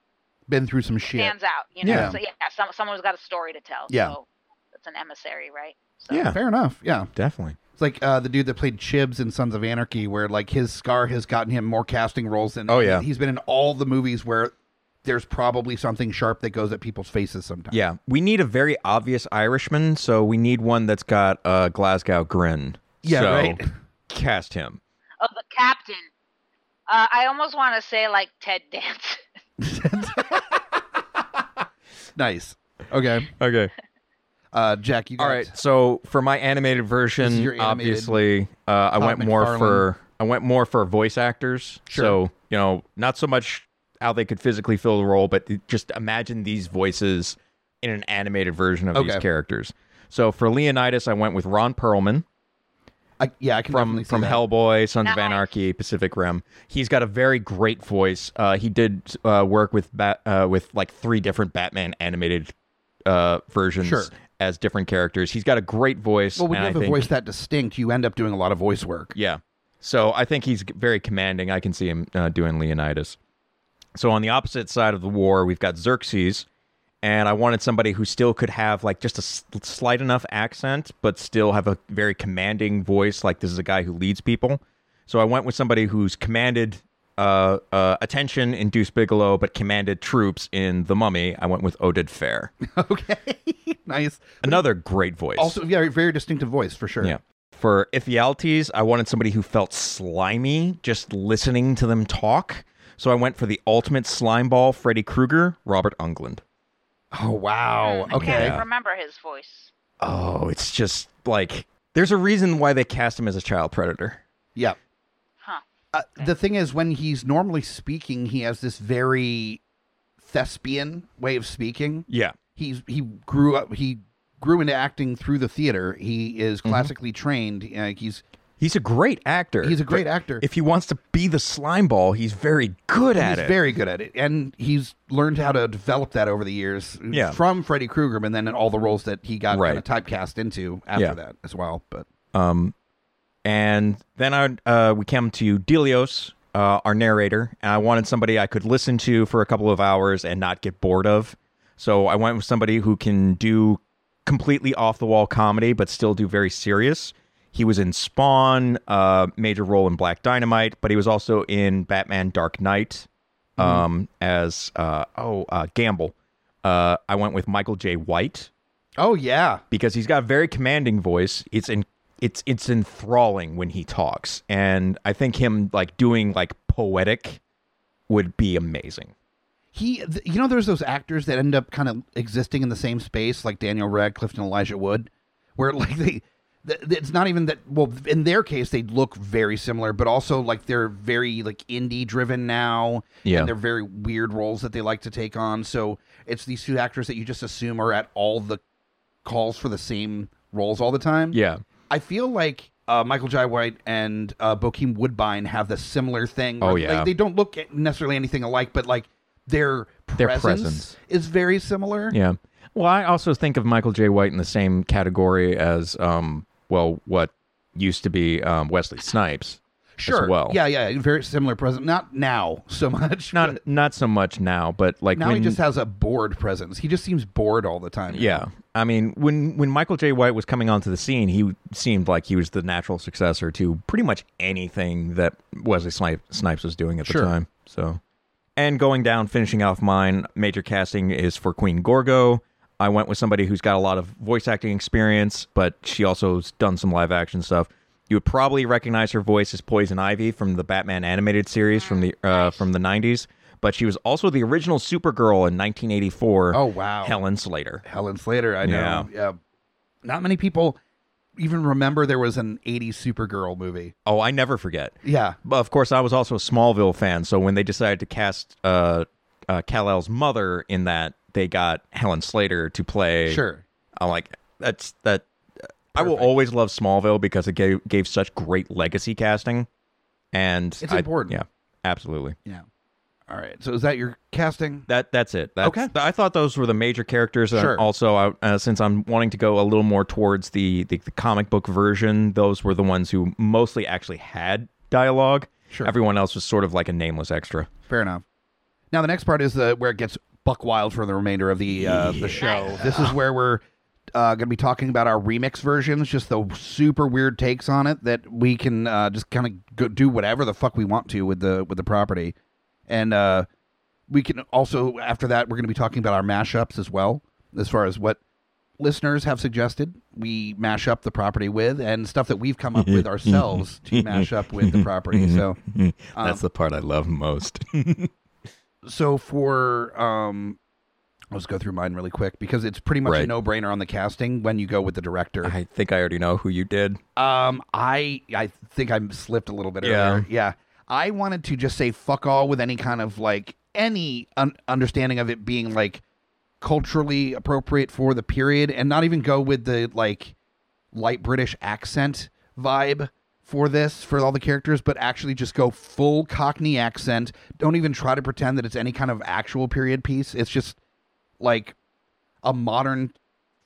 Been through some shit.
stands out. You know,
Yeah.
so yeah, some, someone's got a story to tell.
Yeah.
so that's an emissary, right? So,
yeah,
Fair enough. Yeah.
definitely.
It's like uh, the dude that played Chibs in Sons of Anarchy, where like his scar has gotten him more casting roles than.
Oh, yeah.
he's been in all the movies where there's probably something sharp that goes at people's faces sometimes.
Yeah, we need a very obvious Irishman, so we need one that's got a Glasgow grin.
Yeah,
So,
right.
Cast him.
Oh, the captain. Uh, I almost want to say like Ted Dance.
Nice. Okay.
Okay.
Uh, Jack, you got
All right. So for my animated
This
version,
is your animated-
obviously, uh, I
Todd
went more
McFarlane.
for I went more for voice actors.
Sure.
So you know, not so much how they could physically fill the role, but just imagine these voices in an animated version of these
Okay.
characters. So for Leonidas, I went with Ron Perlman.
I, yeah, I can
from
definitely see
from
that.
Hellboy, Sons of
Nice.
Anarchy, Pacific Rim. He's got a very great voice. Uh, he did uh, work with Bat, uh, with like three different Batman animated uh, versions
Sure.
as different characters. He's got a great voice.
Well, when
and
you have
I
a
think-
voice that distinct, you end up doing a lot of voice work. [laughs]
yeah. So I think he's very commanding. I can see him uh, doing Leonidas. So on the opposite side of the war, we've got Xerxes, and I wanted somebody who still could have like just a s- slight enough accent, but still have a very commanding voice. Like this is a guy who leads people. So I went with somebody who's commanded uh, uh, attention in Deuce Bigelow, but commanded troops in The Mummy. I went with Oded Fair,
Okay. [laughs] nice.
another great voice.
Also, yeah, very distinctive voice for sure.
Yeah. For Iphialtes, I wanted somebody who felt slimy just listening to them talk. So I went for the ultimate slime ball, Freddy Krueger, Robert Englund.
Oh wow.
[laughs] I
Okay.
can't remember his voice.
Oh, it's just like there's a reason why they cast him as a child predator.
Yeah.
Huh.
Uh, the thing is, when he's normally speaking, he has this very thespian way of speaking.
Yeah.
He's he grew up. He grew into acting through the theater. He
Mm-hmm.
is classically trained. Uh, he's
He's a great actor.
he's a great
But
actor.
If he wants to be the slime ball, he's very good at
he's
it.
very good at it, and he's learned how to develop that over the years.
Yeah.
From Freddy Krueger, and then in all the roles that he got
Right.
kind of typecast into after
Yeah.
that as well. But
Um, and then I uh, we came to Delios, uh, our narrator, and I wanted somebody I could listen to for a couple of hours and not get bored of. So I went with somebody who can do completely off the wall comedy, but still do very serious. He was in Spawn, uh, major role in Black Dynamite, but he was also in Batman Dark Knight um, as uh, oh uh, Gamble. Uh, I went with Michael J. White
oh yeah,
because he's got a very commanding voice. It's in it's it's enthralling when he talks, and I think him like doing like poetic would be amazing.
He, th- you know, there's those actors that end up kind of existing in the same space, like Daniel Radcliffe and Elijah Wood, where [laughs] like they, th- th- it's not even that. Well, in their case, they look very similar, but also like they're very like indie driven now.
Yeah.
and they're very weird roles that they like to take on. So it's these two actors that you just assume are at all the calls for the same roles all the time.
Yeah,
I feel like uh, Michael Jai White and uh, Bokeem Woodbine have the similar thing. where,
Oh,
like,
yeah.
they don't look at necessarily anything alike, but like their
Their
presence,
presence.
is very similar.
yeah. Well, I also think of Michael J. White in the same category as, um, well, what used to be um, Wesley Snipes.
Sure.
well.
Yeah, yeah. Very similar presence. Not now so [laughs] much.
Not
but
not so much now, but like
now
when,
he just has a bored presence. He just seems bored all the time.
yeah. I mean, when when Michael J. White was coming onto the scene, he seemed like he was the natural successor to pretty much anything that Wesley Snipe, Snipes was doing at
Sure.
the time. So, and going down, finishing off mine, major casting is for Queen Gorgo. I went with somebody who's got a lot of voice acting experience, but she also has done some live action stuff. You would probably recognize her voice as Poison Ivy from the Batman animated series from the uh, from the '90s, but she was also the original Supergirl in 1984.
Oh, wow.
Helen Slater.
Helen Slater, I know. Yeah. Not many people even remember there was an 80s Supergirl movie.
Oh, I never forget.
Yeah.
But of course, I was also a Smallville fan, so when they decided to cast uh, uh, Kal El's mother in that, they got Helen Slater to play.
Sure.
I'm like, that's that. I will always love Smallville because it gave gave such great legacy casting, and
It's
I-
important.
Yeah, absolutely.
Yeah. All right. So is that your casting?
That that's it. That's,
Okay.
I thought those were the major characters. and
Sure.
Also, I, uh, since I'm wanting to go a little more towards the, the the comic book version, those were the ones who mostly actually had dialogue.
Sure.
Everyone else was sort of like a nameless extra.
Fair enough. Now the next part is the where it gets buck wild for the remainder of the uh, the show. This is where we're uh, going to be talking about our remix versions, just the super weird takes on it that we can uh, just kind of go, do whatever the fuck we want to with the with the property, and uh, we can also after that we're going to be talking about our mashups as well, as far as what listeners have suggested we mash up the property with and stuff that we've come up with ourselves to mash up with the property. So. Uh-huh.
that's the part I love most.
so for um I'll just go through mine really quick because it's pretty much a
Right.
no-brainer on the casting when you go with the director.
[laughs] I think I already know who you did.
um, I I think I slipped a little bit
Yeah.
earlier. Yeah, I wanted to just say fuck all with any kind of like any un- understanding of it being like culturally appropriate for the period, and not even go with the like light British accent vibe for this for all the characters, but actually just go full Cockney accent. Don't even try to pretend that it's any kind of actual period piece. It's just like a modern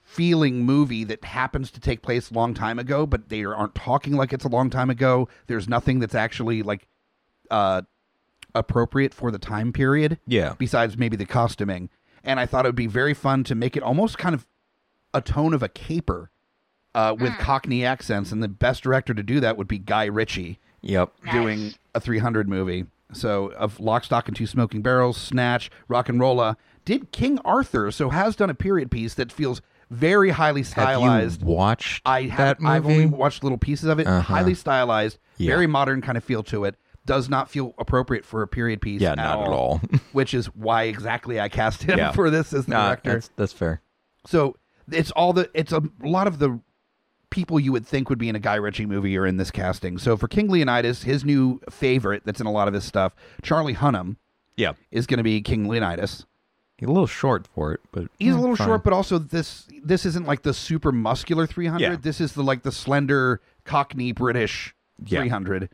feeling movie that happens to take place a long time ago, but they aren't talking like it's a long time ago. There's nothing that's actually like uh appropriate for the time period
Yeah.
besides maybe the costuming. And I thought it would be very fun to make it almost kind of a tone of a caper uh, with Cockney accents. And the best director to do that would be Guy Ritchie
Yep.
doing a 300 movie. So of Lock, Stock, and Two Smoking Barrels, Snatch, Rock and Rolla, did King Arthur, so has done a period piece that feels very highly stylized.
Have you watched
I have,
that movie?
I've only watched little pieces of it.
Uh-huh.
Highly stylized,
Yeah.
very modern kind of feel to it. Does not feel appropriate for a period piece.
Yeah, not at all. [laughs]
which is why exactly I cast him
Yeah.
for this as the
Nah,
director.
that's that's fair.
So it's all the it's a lot of the people you would think would be in a Guy Ritchie movie are in this casting. So for King Leonidas, his new favorite that's in a lot of his stuff, Charlie Hunnam
Yeah.
is going to be King Leonidas.
He's a little short for it, but
He's
mm,
a little
fine.
short, but also this this isn't like the super muscular 300.
Yeah.
This is the like the slender Cockney British
Yeah.
300.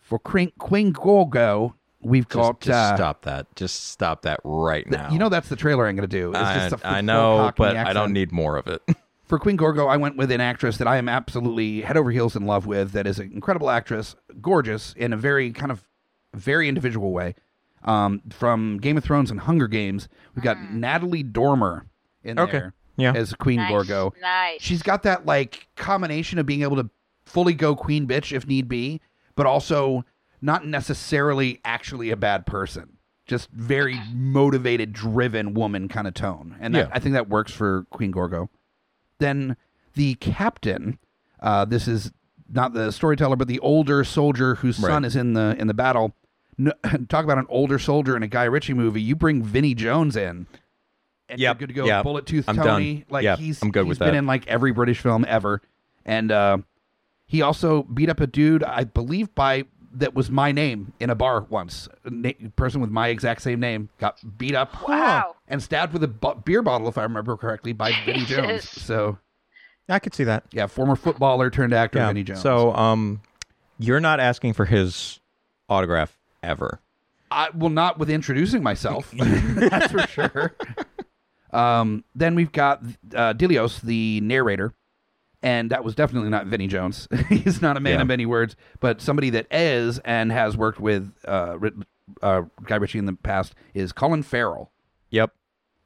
For Queen Queen Gorgo, we've
Just,
got
just
uh,
stop that. Just stop that right
th-
now.
you know that's the trailer I'm going to do. It's
I,
just a full
I know,
Cockney
but I
accent.
don't need more of it. [laughs]
for Queen Gorgo, I went with an actress that I am absolutely head over heels in love with. That is an incredible actress, gorgeous in a very kind of very individual way. Um, from Game of Thrones and Hunger Games, we've got Natalie Dormer in
Okay.
there
Yeah.
as Queen
nice,
Gorgo.
Nice.
She's got that like combination of being able to fully go queen bitch if need be, but also not necessarily actually a bad person. Just very motivated, driven woman kind of tone. And that-
Yeah.
I think that works for Queen Gorgo. Then the captain, uh, this is not the storyteller, but the older soldier whose son
Right.
is in the in the battle. No, [laughs] talk about an older soldier in a Guy Ritchie movie. You bring Vinnie Jones in, and you're
Yep,
good to go.
yep.
Bullet Tooth
I'm
Tony,
done.
like
Yep,
he's
I'm good
he's
with
been
that.
in like every British film ever, and uh, he also beat up a dude, I believe, by that was my name in a bar once. A na- person with my exact same name got beat up
Wow.
[gasps] and stabbed with a bo- beer bottle, if I remember correctly, by Vinnie Jones.
Jesus.
So
I could see that.
yeah, former footballer turned actor
Yeah.
Vinnie Jones.
So, um, you're not asking for his autograph ever.
I well, not with introducing myself. That's for sure. [laughs] Um, then we've got uh, Dilios, the narrator, and that was definitely not Vinnie Jones. [laughs] He's not a man
Yeah.
of many words, but somebody that is and has worked with uh, Rit- uh, Guy Ritchie in the past is Colin Farrell
Yep.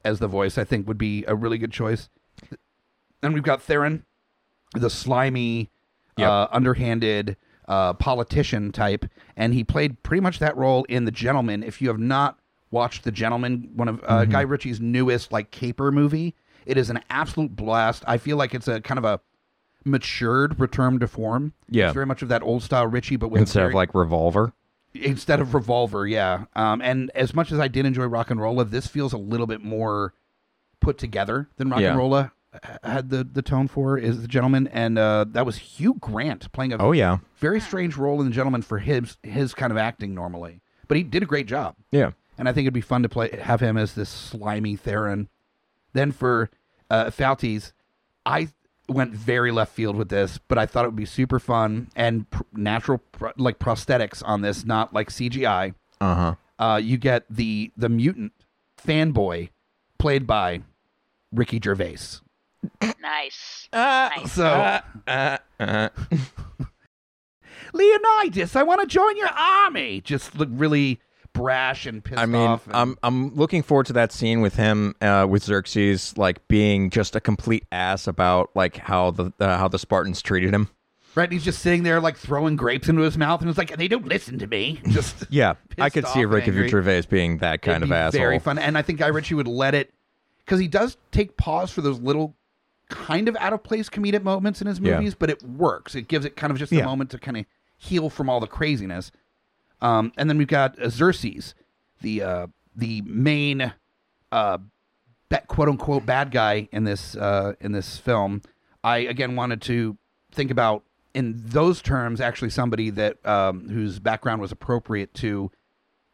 as the voice. I think would be a really good choice. Then we've got Theron, the slimy,
Yep.
uh, underhanded uh, politician type, and he played pretty much that role in The Gentleman. If you have not watched The Gentleman, one of
Mm-hmm.
uh, Guy Ritchie's newest like caper movie, it is an absolute blast. I feel like it's a kind of a matured return to form.
Yeah.
it's very much of that old style Ritchie, but with a
Instead
very-
of like Revolver.
instead of revolver yeah um, and as much as i did enjoy rock and rolla this feels a little bit more put together than rock
Yeah.
and rolla h- had the, the tone for is the gentleman and uh, that was hugh grant playing a
Oh yeah.
very strange role in the gentleman for his his kind of acting normally but he did a great job
Yeah.
and i think it'd be fun to play have him as this slimy theron then for uh, Faltes, I went very left field with this, but I thought it would be super fun and pr- natural, pr- like prosthetics on this, not like CGI.
Uh huh.
Uh, you get the the mutant fanboy played by Ricky Gervais.
Nice. nice.
So
Uh,
uh, Leonidas, I want to join your army. Just look really brash and pissed
I mean,
off. and-
I'm I'm looking forward to that scene with him uh, with Xerxes, like being just a complete ass about like how the uh, how the Spartans treated him.
right, and he's just sitting there like throwing grapes into his mouth, and it's like they don't listen to me. [laughs] Just
Yeah, I
Pissed
could see
off and
Ricky
angry.
Gervais being that kind
It'd
of
be
asshole.
Very fun, and I think Guy Ritchie would let it because he does take pause for those little kind of out of place comedic moments in his
Yeah.
movies, but it works. It gives it kind of just a
Yeah.
moment to kind of heal from all the craziness. Um, and then we've got uh, Xerxes, the uh, the main uh, ba- quote unquote bad guy in this uh, in this film. I again wanted to think about in those terms actually somebody that um, whose background was appropriate to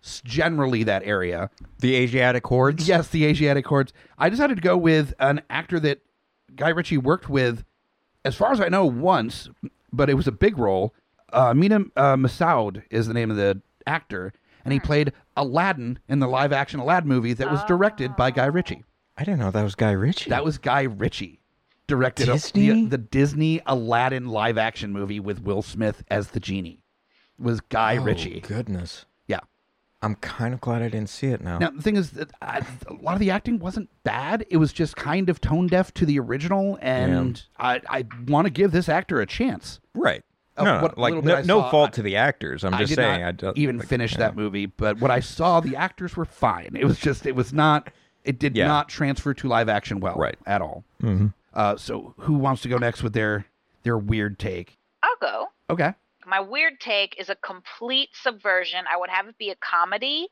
s- generally that area
The Asiatic hordes.
[laughs] Yes, the Asiatic Hordes. I decided to go with an actor that Guy Ritchie worked with, as far as I know, once, but it was a big role. Uh, Mina uh, Masoud is the name of the actor, and he played Aladdin in the live action Aladdin movie that was directed by Guy Ritchie.
I didn't know that was Guy Ritchie.
That was Guy Ritchie. Directed a-
Disney?
the, the Disney Aladdin live action movie with Will Smith as the genie. Was
Oh.
Guy Ritchie.
Goodness.
Yeah.
I'm kind of glad I didn't see it now.
Now the thing is that I, a lot of the acting wasn't bad. It was just kind of tone deaf to the original, and I, I want to give this actor a chance.
Right.
Of
no,
Oh, what
like
little bit
no,
I
no
saw,
fault
I-
to the actors. I'm
I
just
did
saying.
not
I don't,
even
like,
finish
yeah.
that movie, but what I saw, the actors were fine. It was just it was not. It did
Yeah.
not transfer to live action well,
Right. Mm-hmm.
At all. Uh, so who wants to go next with their their weird take?
I'll go.
Okay.
My weird take is a complete subversion. I would have it be a comedy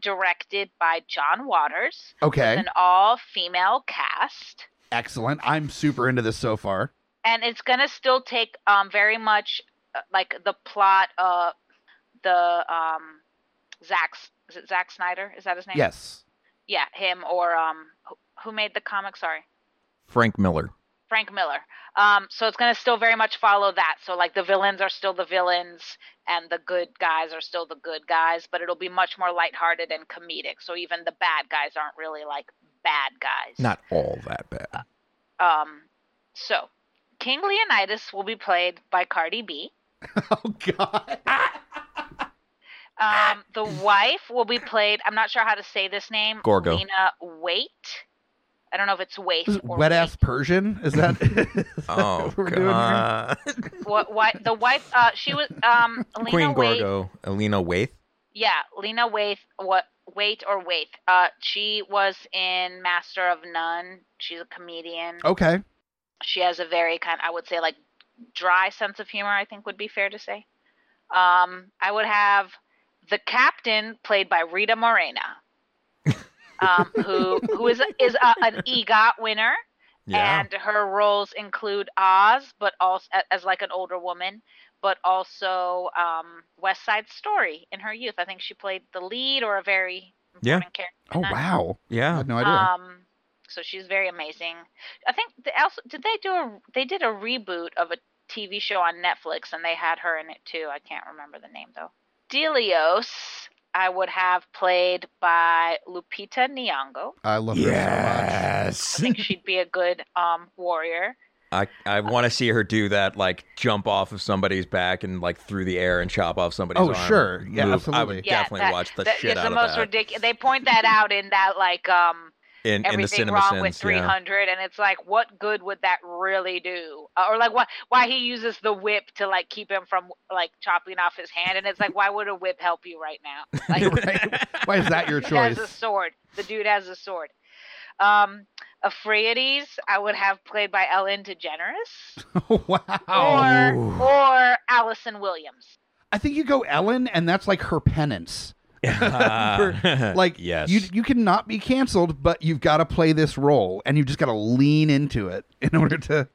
directed by John Waters.
Okay.
An all female cast.
Excellent. I'm super into this so far.
and it's gonna still take um very much uh, like the plot of the um Zack is it Zack Snyder is that his name?
Yes.
Yeah, him or um who- who made the comic? Sorry,
Frank Miller.
Frank Miller. Um, so it's gonna still very much follow that. So like the villains are still the villains and the good guys are still the good guys, but it'll be much more lighthearted and comedic. So even the bad guys aren't really like bad guys.
Not all that
[laughs]
bad.
Um, so King Leonidas will be played by Cardi B.
[laughs] Oh God.
Um, the wife will be played. I'm not sure how to say this name.
Gorgo.
Lena Wait. I don't know if it's Wait
Is it
or
wet ass Persian? Is that? is
[laughs]
that [laughs]
Oh
what we're doing here?
God.
What? Why? The wife. Uh, she was.
[laughs]
Um, Lena
Queen
Waithe-
Gorgo, Alina Waith.
Yeah, Lena Waith. What? Wait or Wait. Uh, she was in Master of None. She's a comedian.
Okay.
She has a very kind. I would say like dry sense of humor. I think would be fair to say. Um, I would have the captain played by Rita Moreno,
[laughs]
um, who who is is a, an EGOT winner,
Yeah.
and her roles include Oz, but also as like an older woman, but also um, West Side Story in her youth. I think she played the lead or a very
Yeah.
important character.
Oh
in that.
wow. I
yeah.
had no idea.
Um, so she's very amazing. I think they also did they do a they did a reboot of a TV show on Netflix and they had her in it too. I can't remember the name though. Delios, I would have played by Lupita Nyong'o.
I love her
I
Yes.
[laughs]
think she'd be a good um warrior.
I, I want to see her do that, like jump off of somebody's back and like through the air and chop off somebody's
Oh,
arm.
sure. Yeah,
I
absolutely.
would
Yeah,
definitely
that-
watch the
that
shit
is
out
the
of
most
that
ridiculous. They point that out in that like um
in, in the
everything
cinema
wrong
sense.
with
yeah.
300 and it's like what good would that really do Uh, or like why why he uses the whip to like keep him from like chopping off his hand and it's like why would a whip help you right
[laughs]
now like
watch. [laughs] right? Why is
[laughs]
that your
dude has
choice?
a sword the dude has a sword um Euphrates, I would have played by Ellen DeGeneres
[laughs] wow.
or
Oh.
or Allison Williams.
I think you go Ellen, and that's like her penance.
Uh,
Like,
[laughs] yes.
you you cannot be canceled, but you've got to play this role, and you've just got to lean into it [laughs] in order to.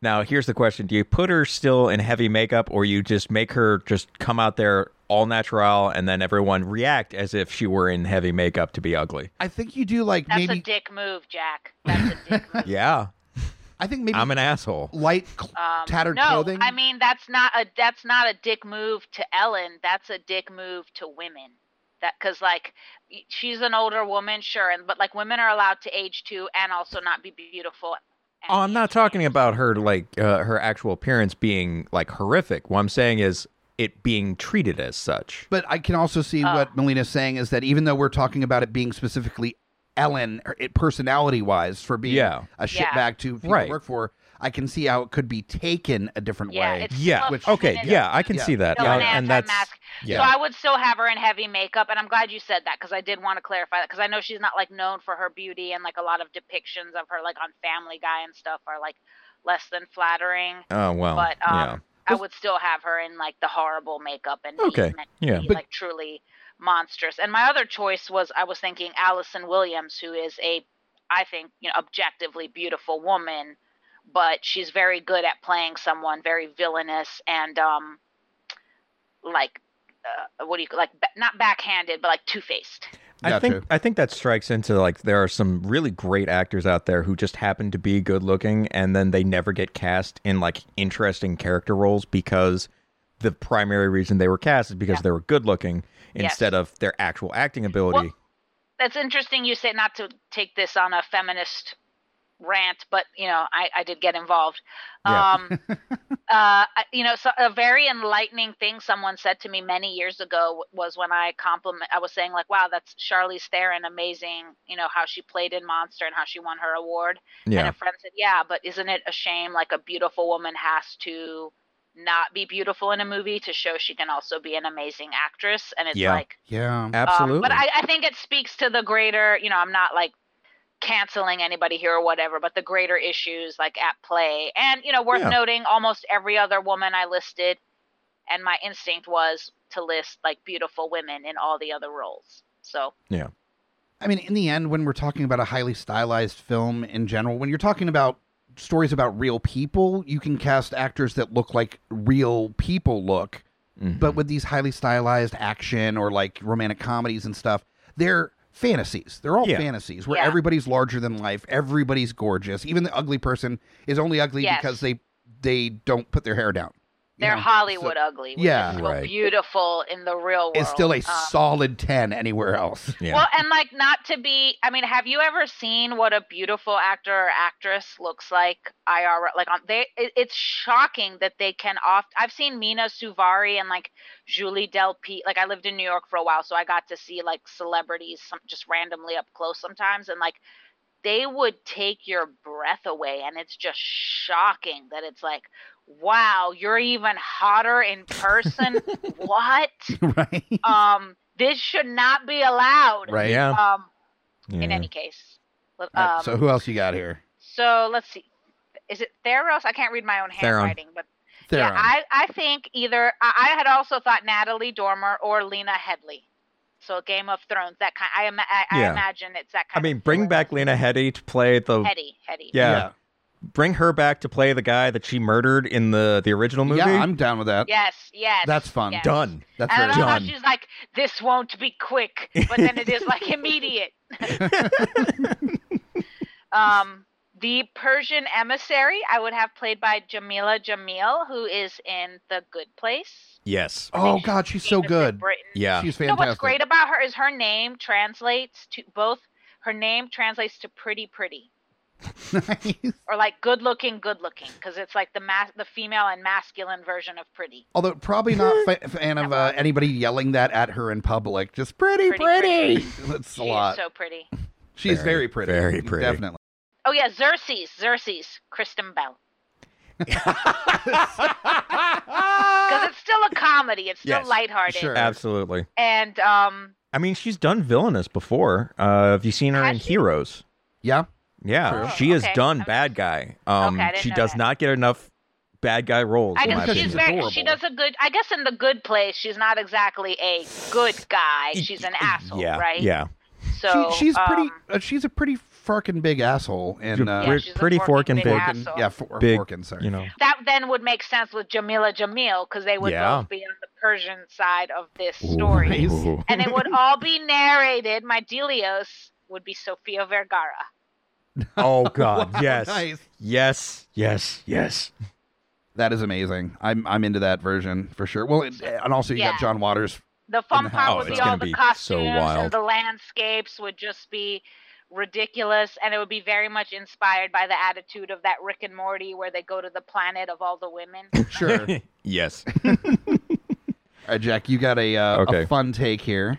now here's the question: Do you put her still in heavy makeup, or you just make her just come out there all natural, and then everyone react as if she were in heavy makeup to be ugly?
I think you do like
That's a
maybe.
dick move, Jack. That's a dick move.
Yeah,
I think maybe
I'm an asshole.
light cl-
Um,
tattered
no,
clothing.
I mean that's not a that's not a dick move to Ellen. That's a dick move to women. That because like y- she's an older woman, sure, and but like women are allowed to age too and also not be beautiful. and
Oh, I'm not
be
talking
famous.
about her like uh, her actual appearance being like horrific. What I'm saying is it being treated as such.
But I can also see what Melina's saying is that even though we're talking about it being specifically Ellen, her- it personality wise, for being
Yeah.
a
Yeah.
shitbag to people
Right.
work for, I can see how it could be taken a different
Yeah,
way.
it's
Yeah.
tough
which-
when
Okay.
it's
Yeah, I can
Yeah.
see that.
still
[laughs] Yeah,
an
and that's
anti-mask.
yeah.
So I would still have her in heavy makeup, and I'm glad you said that because I did want to clarify that because I know she's not like known for her beauty and like a lot of depictions of her like on Family Guy and stuff are like less than flattering.
oh well.
but um,
yeah.
I would still have her in like the horrible makeup and be
Okay,
meant to
yeah,
be,
but-
like truly monstrous. And my other choice was I was thinking Allison Williams, who is a, I think you know objectively beautiful woman, but she's very good at playing someone very villainous and um, like. Uh, what do you like? Ba- not backhanded, but like two faced.
I think
Gotcha.
I think that strikes into like there are some really great actors out there who just happen to be good looking and then they never get cast in like interesting character roles because the primary reason they were cast is because they were good looking
Yes.
instead of their actual acting ability.
That's interesting. You say not to take this on a feminist rant, but you know I, I did get involved.
Yeah. [laughs]
Um, uh, I- you know, so a very enlightening thing someone said to me many years ago was when I compliment. I was saying like, "Wow, that's Charlize Theron, amazing." You know how she played in Monster and how she won her award. And um,
yeah.
a friend said, "Yeah, but isn't it a shame? Like a beautiful woman has to." not be beautiful in a movie to show she can also be an amazing actress and it's
Yeah.
like
yeah.
Absolutely.
um, but I, I think it speaks to the greater, you know, I'm not like canceling anybody here or whatever, but the greater issues like at play. And, you know, worth
Yeah.
noting almost every other woman I listed, and my instinct was to list like beautiful women in all the other roles. So,
yeah.
I mean, in the end, when we're talking about a highly stylized film in general, when you're talking about stories about real people, you can cast actors that look like real people look.
Mhm.
But with these highly stylized action or like romantic comedies and stuff, they're fantasies. They're all
Yeah.
fantasies where
Yeah.
everybody's larger than life, everybody's gorgeous. Even the ugly person is only ugly
Yes.
because they they don't put their hair down. You
they're
know,
Hollywood ugly. Which
yeah.
is still
Right.
beautiful in the real world.
It's still a
Um,
solid 10 anywhere else. [laughs]
Yeah.
Well, and like not to be, I mean, have you ever seen what a beautiful actor or actress looks like? IR like on they, it, it's shocking that they can oft. I've seen Mina Suvari and like Julie Delpy. Like I lived in New York for a while, so I got to see like celebrities some, just randomly up close sometimes, and like they would take your breath away, and it's just shocking that it's like, wow, you're even hotter in person. what?
right?
Um. This should not be allowed
Right.
yeah.
um,
yeah.
in any case. Let-
All right,
Um,
so
so,
who else you got here?
let's see. Is it Theros? I can't read my own
Theron.
handwriting, but
Theron.
yeah, I, I think either I, I had also thought Natalie Dormer or Lena Headley. So Game of Thrones, that kind. I, ima- I, I
Yeah.
imagine it's that
I
kind.
mean,
of
bring
feeling.
back Lena Headey to play the
Heady, Heady.
yeah,
Yeah.
Bring her back to play the guy that she murdered in the the original movie.
Yeah, I'm down with that.
Yes, yes.
That's fun.
yes.
done.
That's
And I
very
love how
Done.
she's like, this won't be quick, but then it is like immediate. um, The Persian emissary I would have played by Jamila Jamil, who is in The Good Place.
Yes.
Oh God, she's so
Even in
good.
Britain.
Yeah.
She's
You know
fantastic.
what's great about her is her name translates to both. Her name translates to pretty, pretty,
[laughs]
or like good looking, good looking, because it's like the mas- the female and masculine version of pretty.
Although probably
[laughs]
not fa- fan of uh, anybody yelling that at her in public. Just pretty,
Pretty,
pretty. [laughs] That's a
She
lot.
is so pretty.
She's
Very,
very pretty.
very pretty.
Definitely.
Oh yeah, Xerxes, Xerxes, Kristen Bell. Because it's still a comedy. It's still
Yes,
lighthearted.
sure.
Absolutely.
And um,
I mean, she's done villainous before. Uh, have you seen her
Has
in
she?
Heroes?
Yeah.
Yeah,
True.
she has
Oh, Okay.
done
I'm-
bad guy. Um,
Okay, I didn't
she
know
does
that.
not get enough bad guy roles.
I
in my
guess
because
she's
opinion.
very, she does a good. I guess in the good place, she's not exactly a good guy. She's an asshole,
yeah,
right?
Yeah,
So
she, she's pretty.
um,
Uh, she's a pretty fucking big asshole. And uh,
yeah,
We're
she's a
pretty fork and
big
big.
asshole.
yeah, for,
Big,
Forkin, sorry. [laughs]
you know.
that then would make sense with Jamila Jamil because they would
Yeah.
both be on the Persian side of this story,
Ooh.
and it would all be narrated. My Delios would be Sofia Vergara.
[laughs]
Oh God,
Wow,
yes,
nice.
yes, yes, yes.
That is amazing. I'm I'm into that version for sure. Well, and, and also you
Yeah.
got John
[laughs]
Waters.
The fun
the
part
house.
would
Oh,
be
it's
all
gonna
the
be so
costumes
wild.
and the landscapes would just be ridiculous, and it would be very much inspired by the attitude of that Rick and Morty where they go to the planet of all the
[laughs]
women.
Sure. All
Yes.
right, Jack, you got a uh,
Okay.
a fun take here.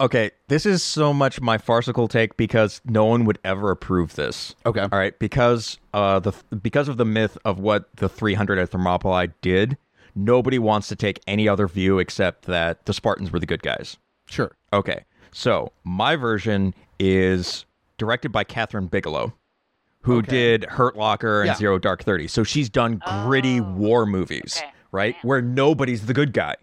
Okay, this is so much my farcical take because no one would ever approve this.
Okay.
All right, because uh the because of the myth of what the 300 at Thermopylae did, nobody wants to take any other view except that the Spartans were the good guys.
Sure.
Okay. So my version is directed by Catherine Bigelow, who did Hurt Locker and
Yeah.
Zero Dark Thirty. So she's done gritty
Oh,
war movies,
okay.
right? Where nobody's the good guy.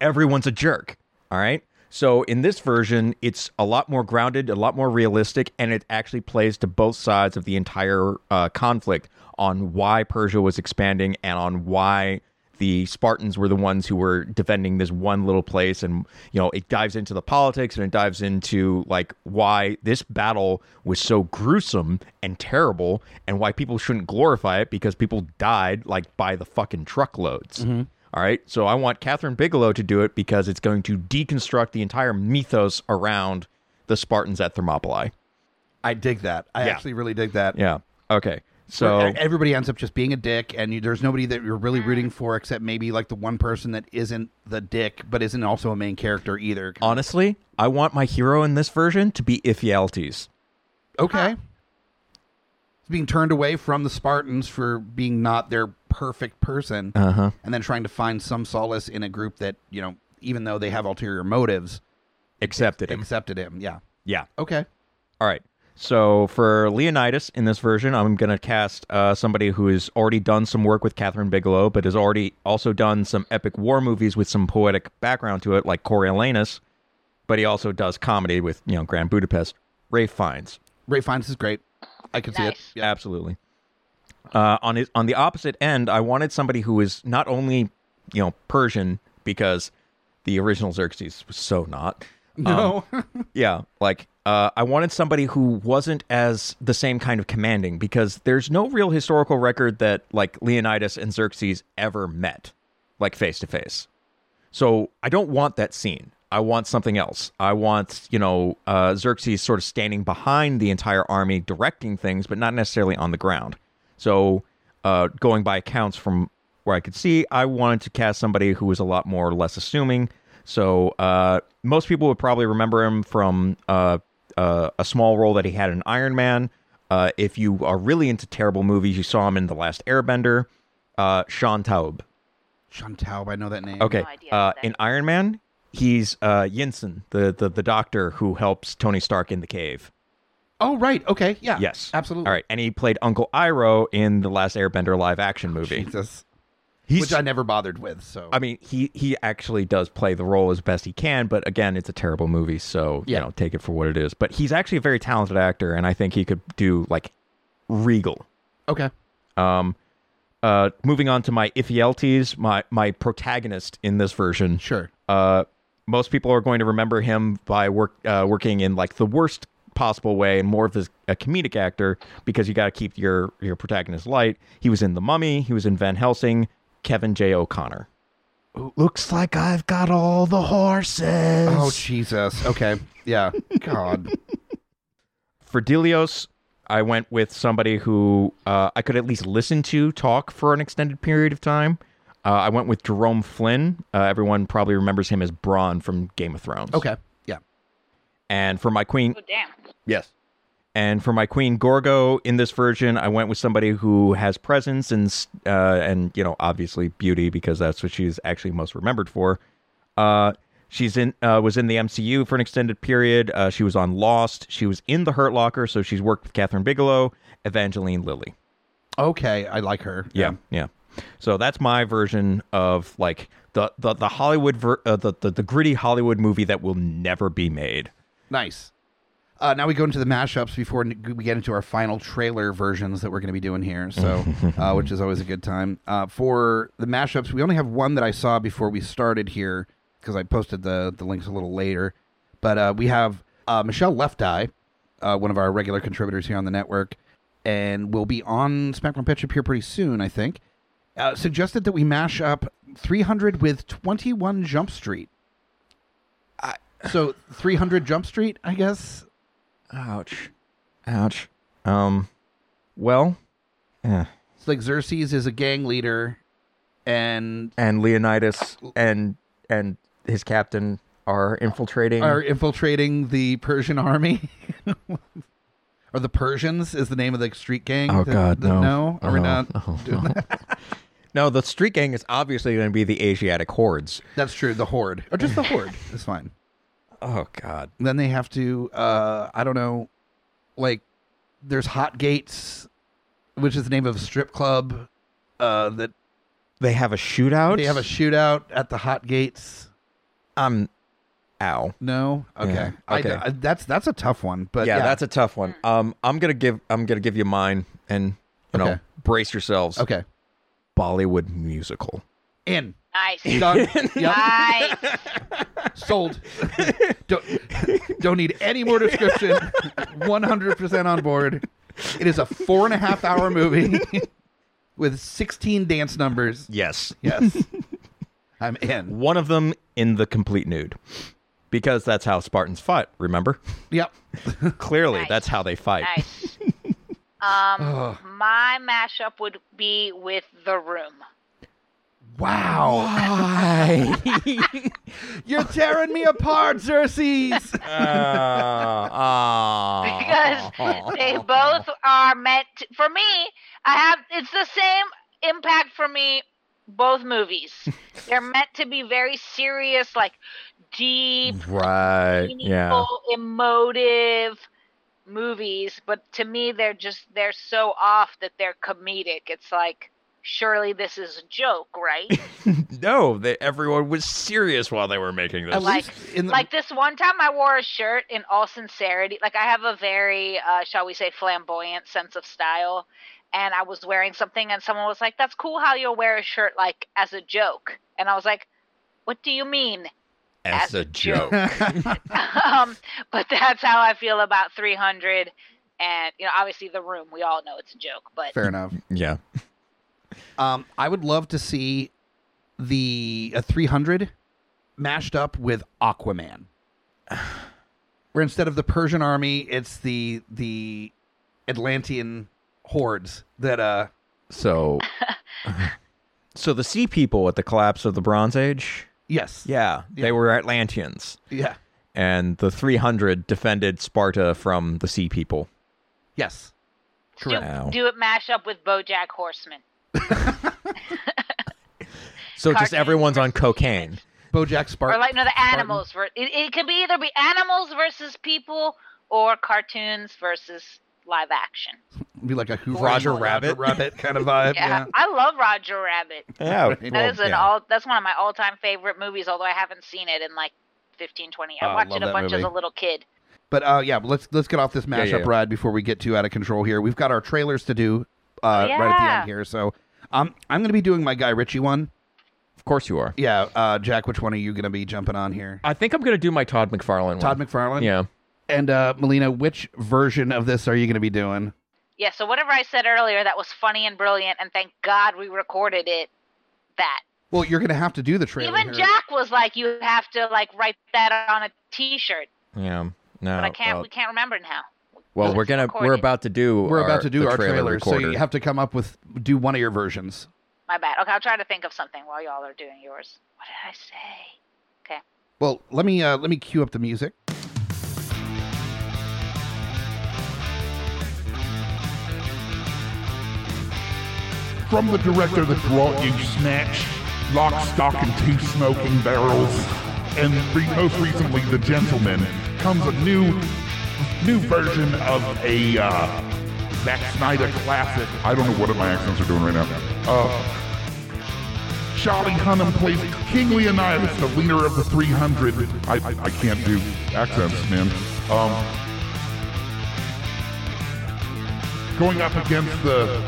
Everyone's a jerk. All right. So in this version, it's a lot more grounded, a lot more realistic, and it actually plays to both sides of the entire uh, conflict on why Persia was expanding and on why the Spartans were the ones who were defending this one little place. And, you know, it dives into the politics and it dives into like why this battle was so gruesome and terrible and why people shouldn't glorify it because people died like by the fucking truckloads. All right. So I want Catherine Bigelow to do it because it's going to deconstruct the entire mythos around the Spartans at Thermopylae.
I dig that. I
Yeah. uh,
actually really dig that.
Yeah. Okay. So.
Where everybody ends up just being a dick, and you, there's nobody that you're really rooting for except maybe like the one person that isn't the dick, but isn't also a main character either.
Honestly, I want my hero in this version to be Iphialtes.
Okay. Being turned away from the Spartans for being not their perfect person,
Uh-huh.
and then trying to find some solace in a group that you know, even though they have ulterior motives,
Accepted him.
accepted him. Yeah.
Yeah.
Okay.
All right. So for Leonidas in this version, I'm going to cast uh, somebody who has already done some work with Catherine Bigelow, but has already also done some epic war movies with some poetic background to it, like Coriolanus. But he also does comedy with you know Grand Budapest. Ray Fiennes,
Ray Fiennes is great. I can see it.
Nice.
Yeah. [laughs]
absolutely. Uh, on his, on the opposite end, I wanted somebody who is not only you know Persian because the original Xerxes was so not.
No.
Um,
[laughs]
Yeah, like uh, I wanted somebody who wasn't as the same kind of commanding because there's no real historical record that like Leonidas and Xerxes ever met, like face to face. So I don't want that scene. I want something else. I want you know uh, Xerxes sort of standing behind the entire army, directing things, but not necessarily on the ground. So uh, going by accounts from where I could see, I wanted to cast somebody who was a lot more or less assuming. So uh, most people would probably remember him from uh, uh, a small role that he had in Iron Man. Uh, if you are really into terrible movies, you saw him in The Last Airbender. Uh, Sean Taub.
Sean Taub, I know that name.
Okay.
No idea
uh,
about that.
in Iron Man, he's uh, Yinsen, the, the the doctor who helps Tony Stark in the cave.
Oh right. Okay. Yeah.
Yes.
Absolutely.
All right. And he played Uncle Iroh in the last Airbender live action movie.
Jesus. Oh,
He's,
Which I never bothered with. So
I mean, he he actually does play the role as best he can, but again, it's a terrible movie, so
Yeah.
you know, take it for what it is. But he's actually a very talented actor, and I think he could do like regal.
okay.
Um, uh, moving on to my Iphialtes, my my protagonist in this version.
Sure.
Uh, most people are going to remember him by work uh, working in like the worst possible way and more of this, a comedic actor because you got to keep your your protagonist light. He was in The Mummy. He was in Van Helsing. Kevin J. O'Connor.
Looks like I've got all the horses.
Oh Jesus. Okay. [laughs] Yeah. God.
For Delios, I went with somebody who uh, I could at least listen to talk for an extended period of time. Uh, I went with Jerome Flynn. Uh, everyone probably remembers him as Braun from Game of Thrones.
Okay. Yeah.
And for my queen,
Oh, damn.
Yes. And for my queen Gorgo in this version, I went with somebody who has presence and uh, and you know obviously beauty because that's what she's actually most remembered for. Uh, she's in uh, was in the MCU for an extended period. Uh, she was on Lost. She was in the Hurt Locker, so she's worked with Catherine Bigelow, Evangeline Lilly.
Okay. I like her.
yeah. So that's my version of like the the the Hollywood ver- uh, the, the the gritty Hollywood movie that will never be made.
Nice. Uh, now we go into the mashups before n- we get into our final trailer versions that we're going to be doing here, so uh, which is always a good time. Uh, for the mashups, we only have one that I saw before we started here because I posted the the links a little later. But uh, we have uh, Michelle Left Eye, uh, one of our regular contributors here on the network, and will be on Smackdown Pitch Up here pretty soon, I think. Uh, suggested that we mash up 300 with 21 Jump Street. So 300 Jump Street, I guess.
Ouch. Ouch. Um, well, eh.
It's like Xerxes is a gang leader, and
and Leonidas and and his captain are infiltrating.
are infiltrating the Persian army, [laughs] or the Persians is the name of the street gang.
oh
that-
God,
that-
no!
no, are we
[laughs] Oh,
not?
no, no. [laughs] No, the street gang is obviously going to be the Asiatic hordes.
That's true. The horde, or just the horde, is fine.
Oh God.
And then they have to, uh, I don't know, like there's Hot Gates, which is the name of a strip club. Uh, that
They have a shootout.
they have a shootout at the Hot Gates.
um, ow.
No, okay,
Yeah,
I-
okay.
I- that's that's a tough one, but
yeah,
yeah,
that's a tough one. Um, I'm gonna give I'm gonna give you mine, and you know,
Okay.
brace yourselves.
okay.
Bollywood musical. [laughs]
In
Nice.
done. Yep.
nice.
sold. don't, don't need any more description. 100% on board. It is a four and a half hour movie [laughs] with 16 dance numbers.
Yes.
Yes. I'm in.
One of them in the complete nude. Because that's how Spartans fought, remember? [laughs]
Yep.
Clearly,
Nice.
that's how they fight. [laughs]
Nice. Um, my mashup would be with The Room.
Wow. You're tearing me apart, Xerxes.
Because they both are meant to, for me. I have it's the same impact for me. Both movies, they're meant to be very serious, like deep,
right. Yeah.
meaningful, emotive movies, but to me they're just they're so off that they're comedic. It's like surely this is a joke, right?
No, they, everyone was serious while they were making this.
At
[laughs] Like-
least in the-
like this one time I wore a shirt in all sincerity. Like I have a very uh shall we say flamboyant sense of style and I was wearing something and someone was like, "That's cool how you'll wear a shirt like as a joke." And I was like, "What do you mean?" [laughs]
As
as
a
a
joke.
um, but that's how I feel about 300. And you know, obviously, the room. We all know it's a joke, but
Fair enough.
yeah.
Um, I would love to see the a 300 mashed up with Aquaman, [sighs] where instead of the Persian army, it's the the Atlantean hordes that uh
[laughs]
So So the sea people at the collapse of the Bronze Age,
yes
yeah, they were Atlanteans.
yeah
And the 300 defended Sparta from the sea people.
yes
do,
Correct.
do it mash up with BoJack Horseman.
So just
Cartoon
everyone's on
versus
cocaine.
BoJack Spartan
or like no, the animals. Ver- it, it could be either be animals versus people, or cartoons versus live action.
be like a Hoover
Roger Rabbit.
Rabbit kind of
[laughs]
vibe
Yeah,
yeah,
I love Roger Rabbit.
Oh, Yeah.
That is an all. That's one of my all-time favorite movies. Although I haven't seen it in like 15, 20. I
Oh, I
watched
love
it a
that
bunch
movie.
as a little kid.
but uh yeah but let's let's get off this mashup
yeah, yeah.
ride before we get too out of control here we've got our trailers to do uh right at the
Yeah.
end here so um I'm gonna be doing my Guy Ritchie one
Of course you are.
Yeah, uh, Jack, which one are you going to be jumping on here?
I think I'm going to do my Todd McFarlane one.
Todd McFarlane?
Yeah.
And uh, Melina, which version of this are you going to be doing?
Yeah, so whatever I said earlier that was funny and brilliant, and thank God we recorded it. That
Well, you're going to have to do the trailer.
even
here.
Jack was like, "You have to like write that on a T-shirt,"
Yeah. No.
but I can't.
Oh, Well,
we can't remember now.
well, we're gonna
record
we're
it.
about to do
We're
our,
about to do
the
our
trailer
trailer, so
recorder.
you have to come up with do one of your versions.
My bad. Okay, I'll try to think of something while y'all are doing yours. What did I say?
Well, let me uh, let me cue up the music.
From the director that brought you Snatch, Lock, Stock, and Two Smoking Barrels, and re- most recently The Gentleman, comes a new, new version of a uh, Zack Snyder classic. I don't know what my accents are doing right now. Uh, Charlie Hunnam plays King Leonidas, the leader of the 300. I, I, I can't do accents, man. Um, going up against the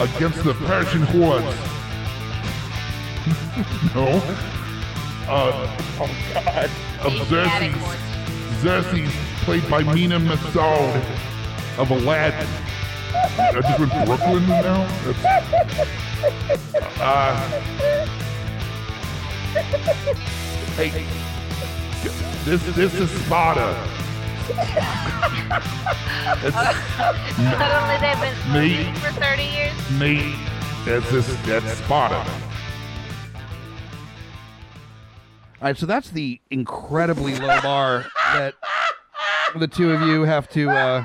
against the Persian hordes. [laughs] no. Uh, oh God. Of Xerxes. Xerxes, played by Mina Massoud of Aladdin. I just went Brooklyn now. That's- Uh, hey, this this is Sparta. [laughs] It's-
Suddenly they've been
Me.
smoking for 30 years.
me. That's this. That's Sparta.
All right, so that's the incredibly low bar that the two of you have to. Uh,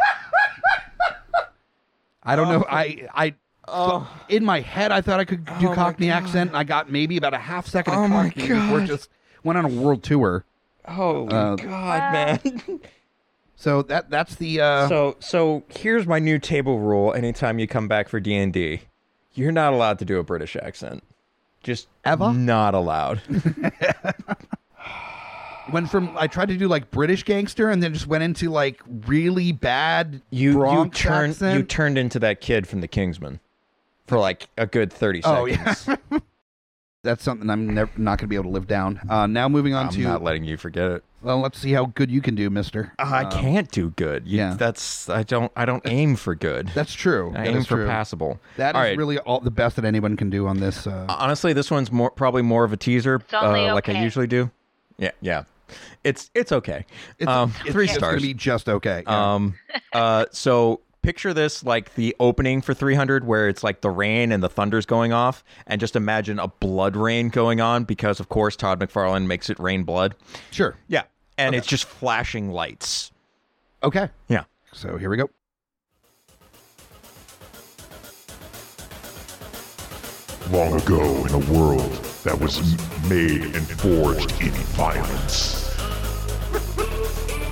I don't know. I I
Oh.
in my head I thought I could do Cockney accent, and I got maybe about a half second of
Oh my
Cockney before it
God.
just went on a world tour.
oh
Uh,
God, man.
So that that's the uh,
[laughs] so so here's my new table rule. Anytime you come back for D and D, you're not allowed to do a British accent. Just
Ever?
not [laughs] allowed.
went from I tried to do like British gangster, and then just went into like really bad
You
Bronx
you turned you
accent.
turned into that kid from The Kingsman for like a good thirty
Oh,
seconds. yeah.
that's something I'm never not going to be able to live down. Uh, now moving on
[laughs] I'm
to
not letting you forget it. Um,
well, let's see how good you can do, Mister.
Uh, I can't do good. You-
yeah.
that's I don't I don't aim for good.
That's true.
I
That
aim
is
for
true.
passable.
That is
All right.
really all the best that anyone can do on this. Uh,
Honestly, this one's more probably more of a teaser,
only
uh, like I
okay.
usually do. Yeah, yeah. It's it's okay.
it's,
um,
it's
three
just
stars.
Gonna be just okay. Yeah.
[laughs]
Um, uh, so picture this like the opening for 300, where it's like the rain and the thunder's going off, and just imagine a blood rain going on because, of course, Todd McFarlane makes it rain blood.
sure.
Yeah, and it's just flashing lights.
Okay.
Yeah.
So here we go.
Long ago, in a world that was m- made and forged in violence,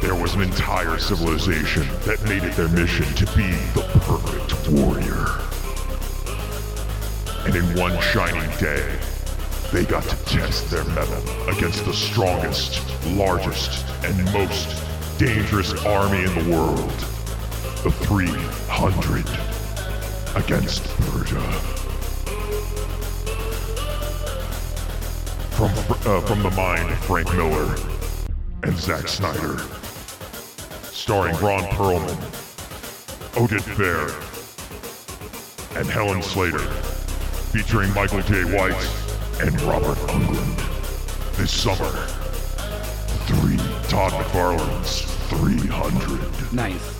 there was an entire civilization that made it their mission to be the perfect warrior. And in one shining day, they got to test their mettle against the strongest, largest, and most dangerous army in the world the 300 against Persia. from uh, from the mind of Frank Miller and Zack Snyder, starring Ron Perlman, Odette Fair, and Helen Slater, featuring Michael J. White and Robert Englund. This summer, three Todd McFarlane's 300.
Nice.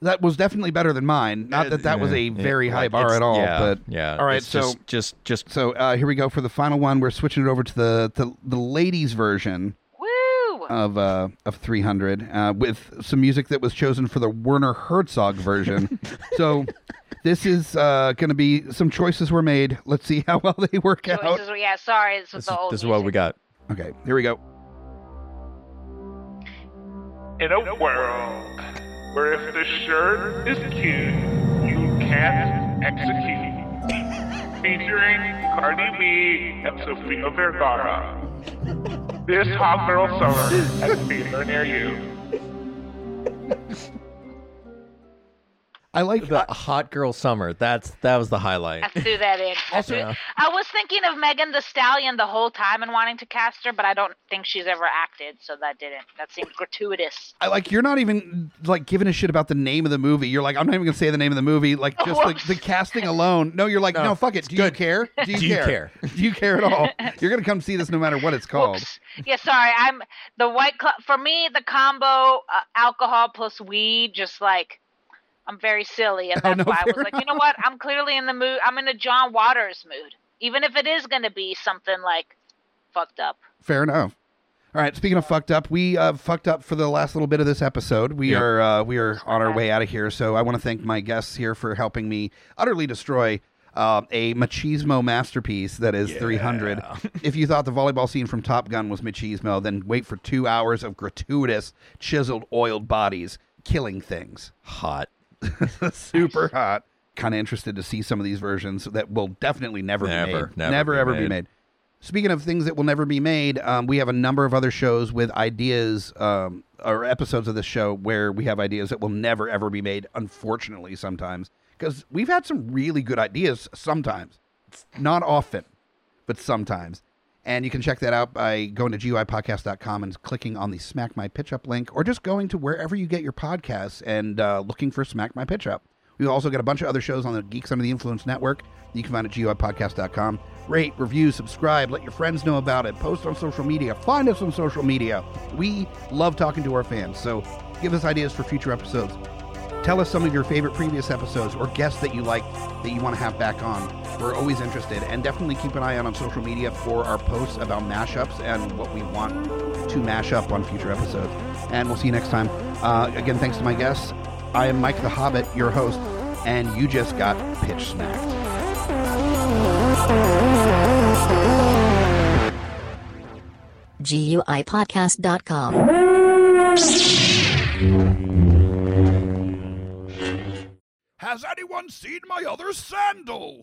That was definitely better than mine. Not that that was a very high bar at all,
yeah,
but
yeah.
All right,
it's
so
just just just
so uh, here we go for the final one. We're switching it over to the the, the ladies version
Woo!
of uh, of 300 uh, with some music that was chosen for the Werner Herzog version. so this is uh, going to be some choices were made. Let's see how well they
[laughs]
work out.
Choices were- yeah, sorry, this was
this,
the old.
this is what we
music.
got.
Okay, here we go.
In a world where if the shirt is cute, you can't execute. Featuring Cardi B and Sofia Vergara. This hot girl summer at a theater near you.
I like
The hot girl summer. That's that was
[laughs]
the highlight.
I threw that
[laughs]
in. I
Also-
threw- I was thinking of Megan the Stallion the whole time and wanting to cast her, but I don't think she's ever acted, so that didn't. That seemed gratuitous.
I like you're not even like giving a shit about the name of the movie. You're like, I'm not even gonna say the name of the movie. Like just like the casting alone. No, you're like, no, fuck it. Do you care? Do you,
Do you care?
[laughs] Do you care at all? You're gonna come see this no matter what it's
Oh.
called.
Whoops. Yeah, sorry. I'm the white club for me. The combo uh, alcohol plus weed, just like I'm very silly,
[laughs]
and
Oh,
that's
no,
why I was
fair
like, you know what? I'm clearly in the mood. I'm in a John Waters mood, even if it is going to be something like fucked up.
Fair enough. All right. Speaking of fucked up, we uh, fucked up for the last little bit of this episode. We
Yeah.
are uh, we are on our way out of here. So I want to thank my guests here for helping me utterly destroy uh, a machismo masterpiece that is 300. if you thought the volleyball scene from Top Gun was machismo, then wait for two hours of gratuitous, chiseled, oiled bodies killing things.
Hot.
[laughs] Super hot. Kind of interested to see some of these versions that will definitely never, be
Never,
made.
never be
ever be
made.
made. Speaking of things that will never be made, um, we have a number of other shows with ideas um, or episodes of this show where we have ideas that will never ever be made. Unfortunately, sometimes because we've had some really good ideas. Sometimes, not often, but sometimes. And you can check that out by going to GUIPodcast.com and clicking on the Smack My Pitch Up link, or just going to wherever you get your podcasts and uh, looking for Smack My Pitch Up. We've also got a bunch of other shows on the Geeks Under the Influence Network. that You can find at GUIPodcast.com. Rate, review, subscribe, let your friends know about it, post on social media, find us on social media. We love talking to our fans, so give us ideas for future episodes. Tell us some of your favorite previous episodes or guests that you like that you want to have back on. We're always interested, and definitely keep an eye out on social media for our posts about mashups and what we want to mash up on future episodes. And we'll see you next time. Uh, again, thanks to my guests. I am Mike the Hobbit, your host, and you just got pitch snacked.
GUIPodcast.com.
Has anyone seen my other sandal?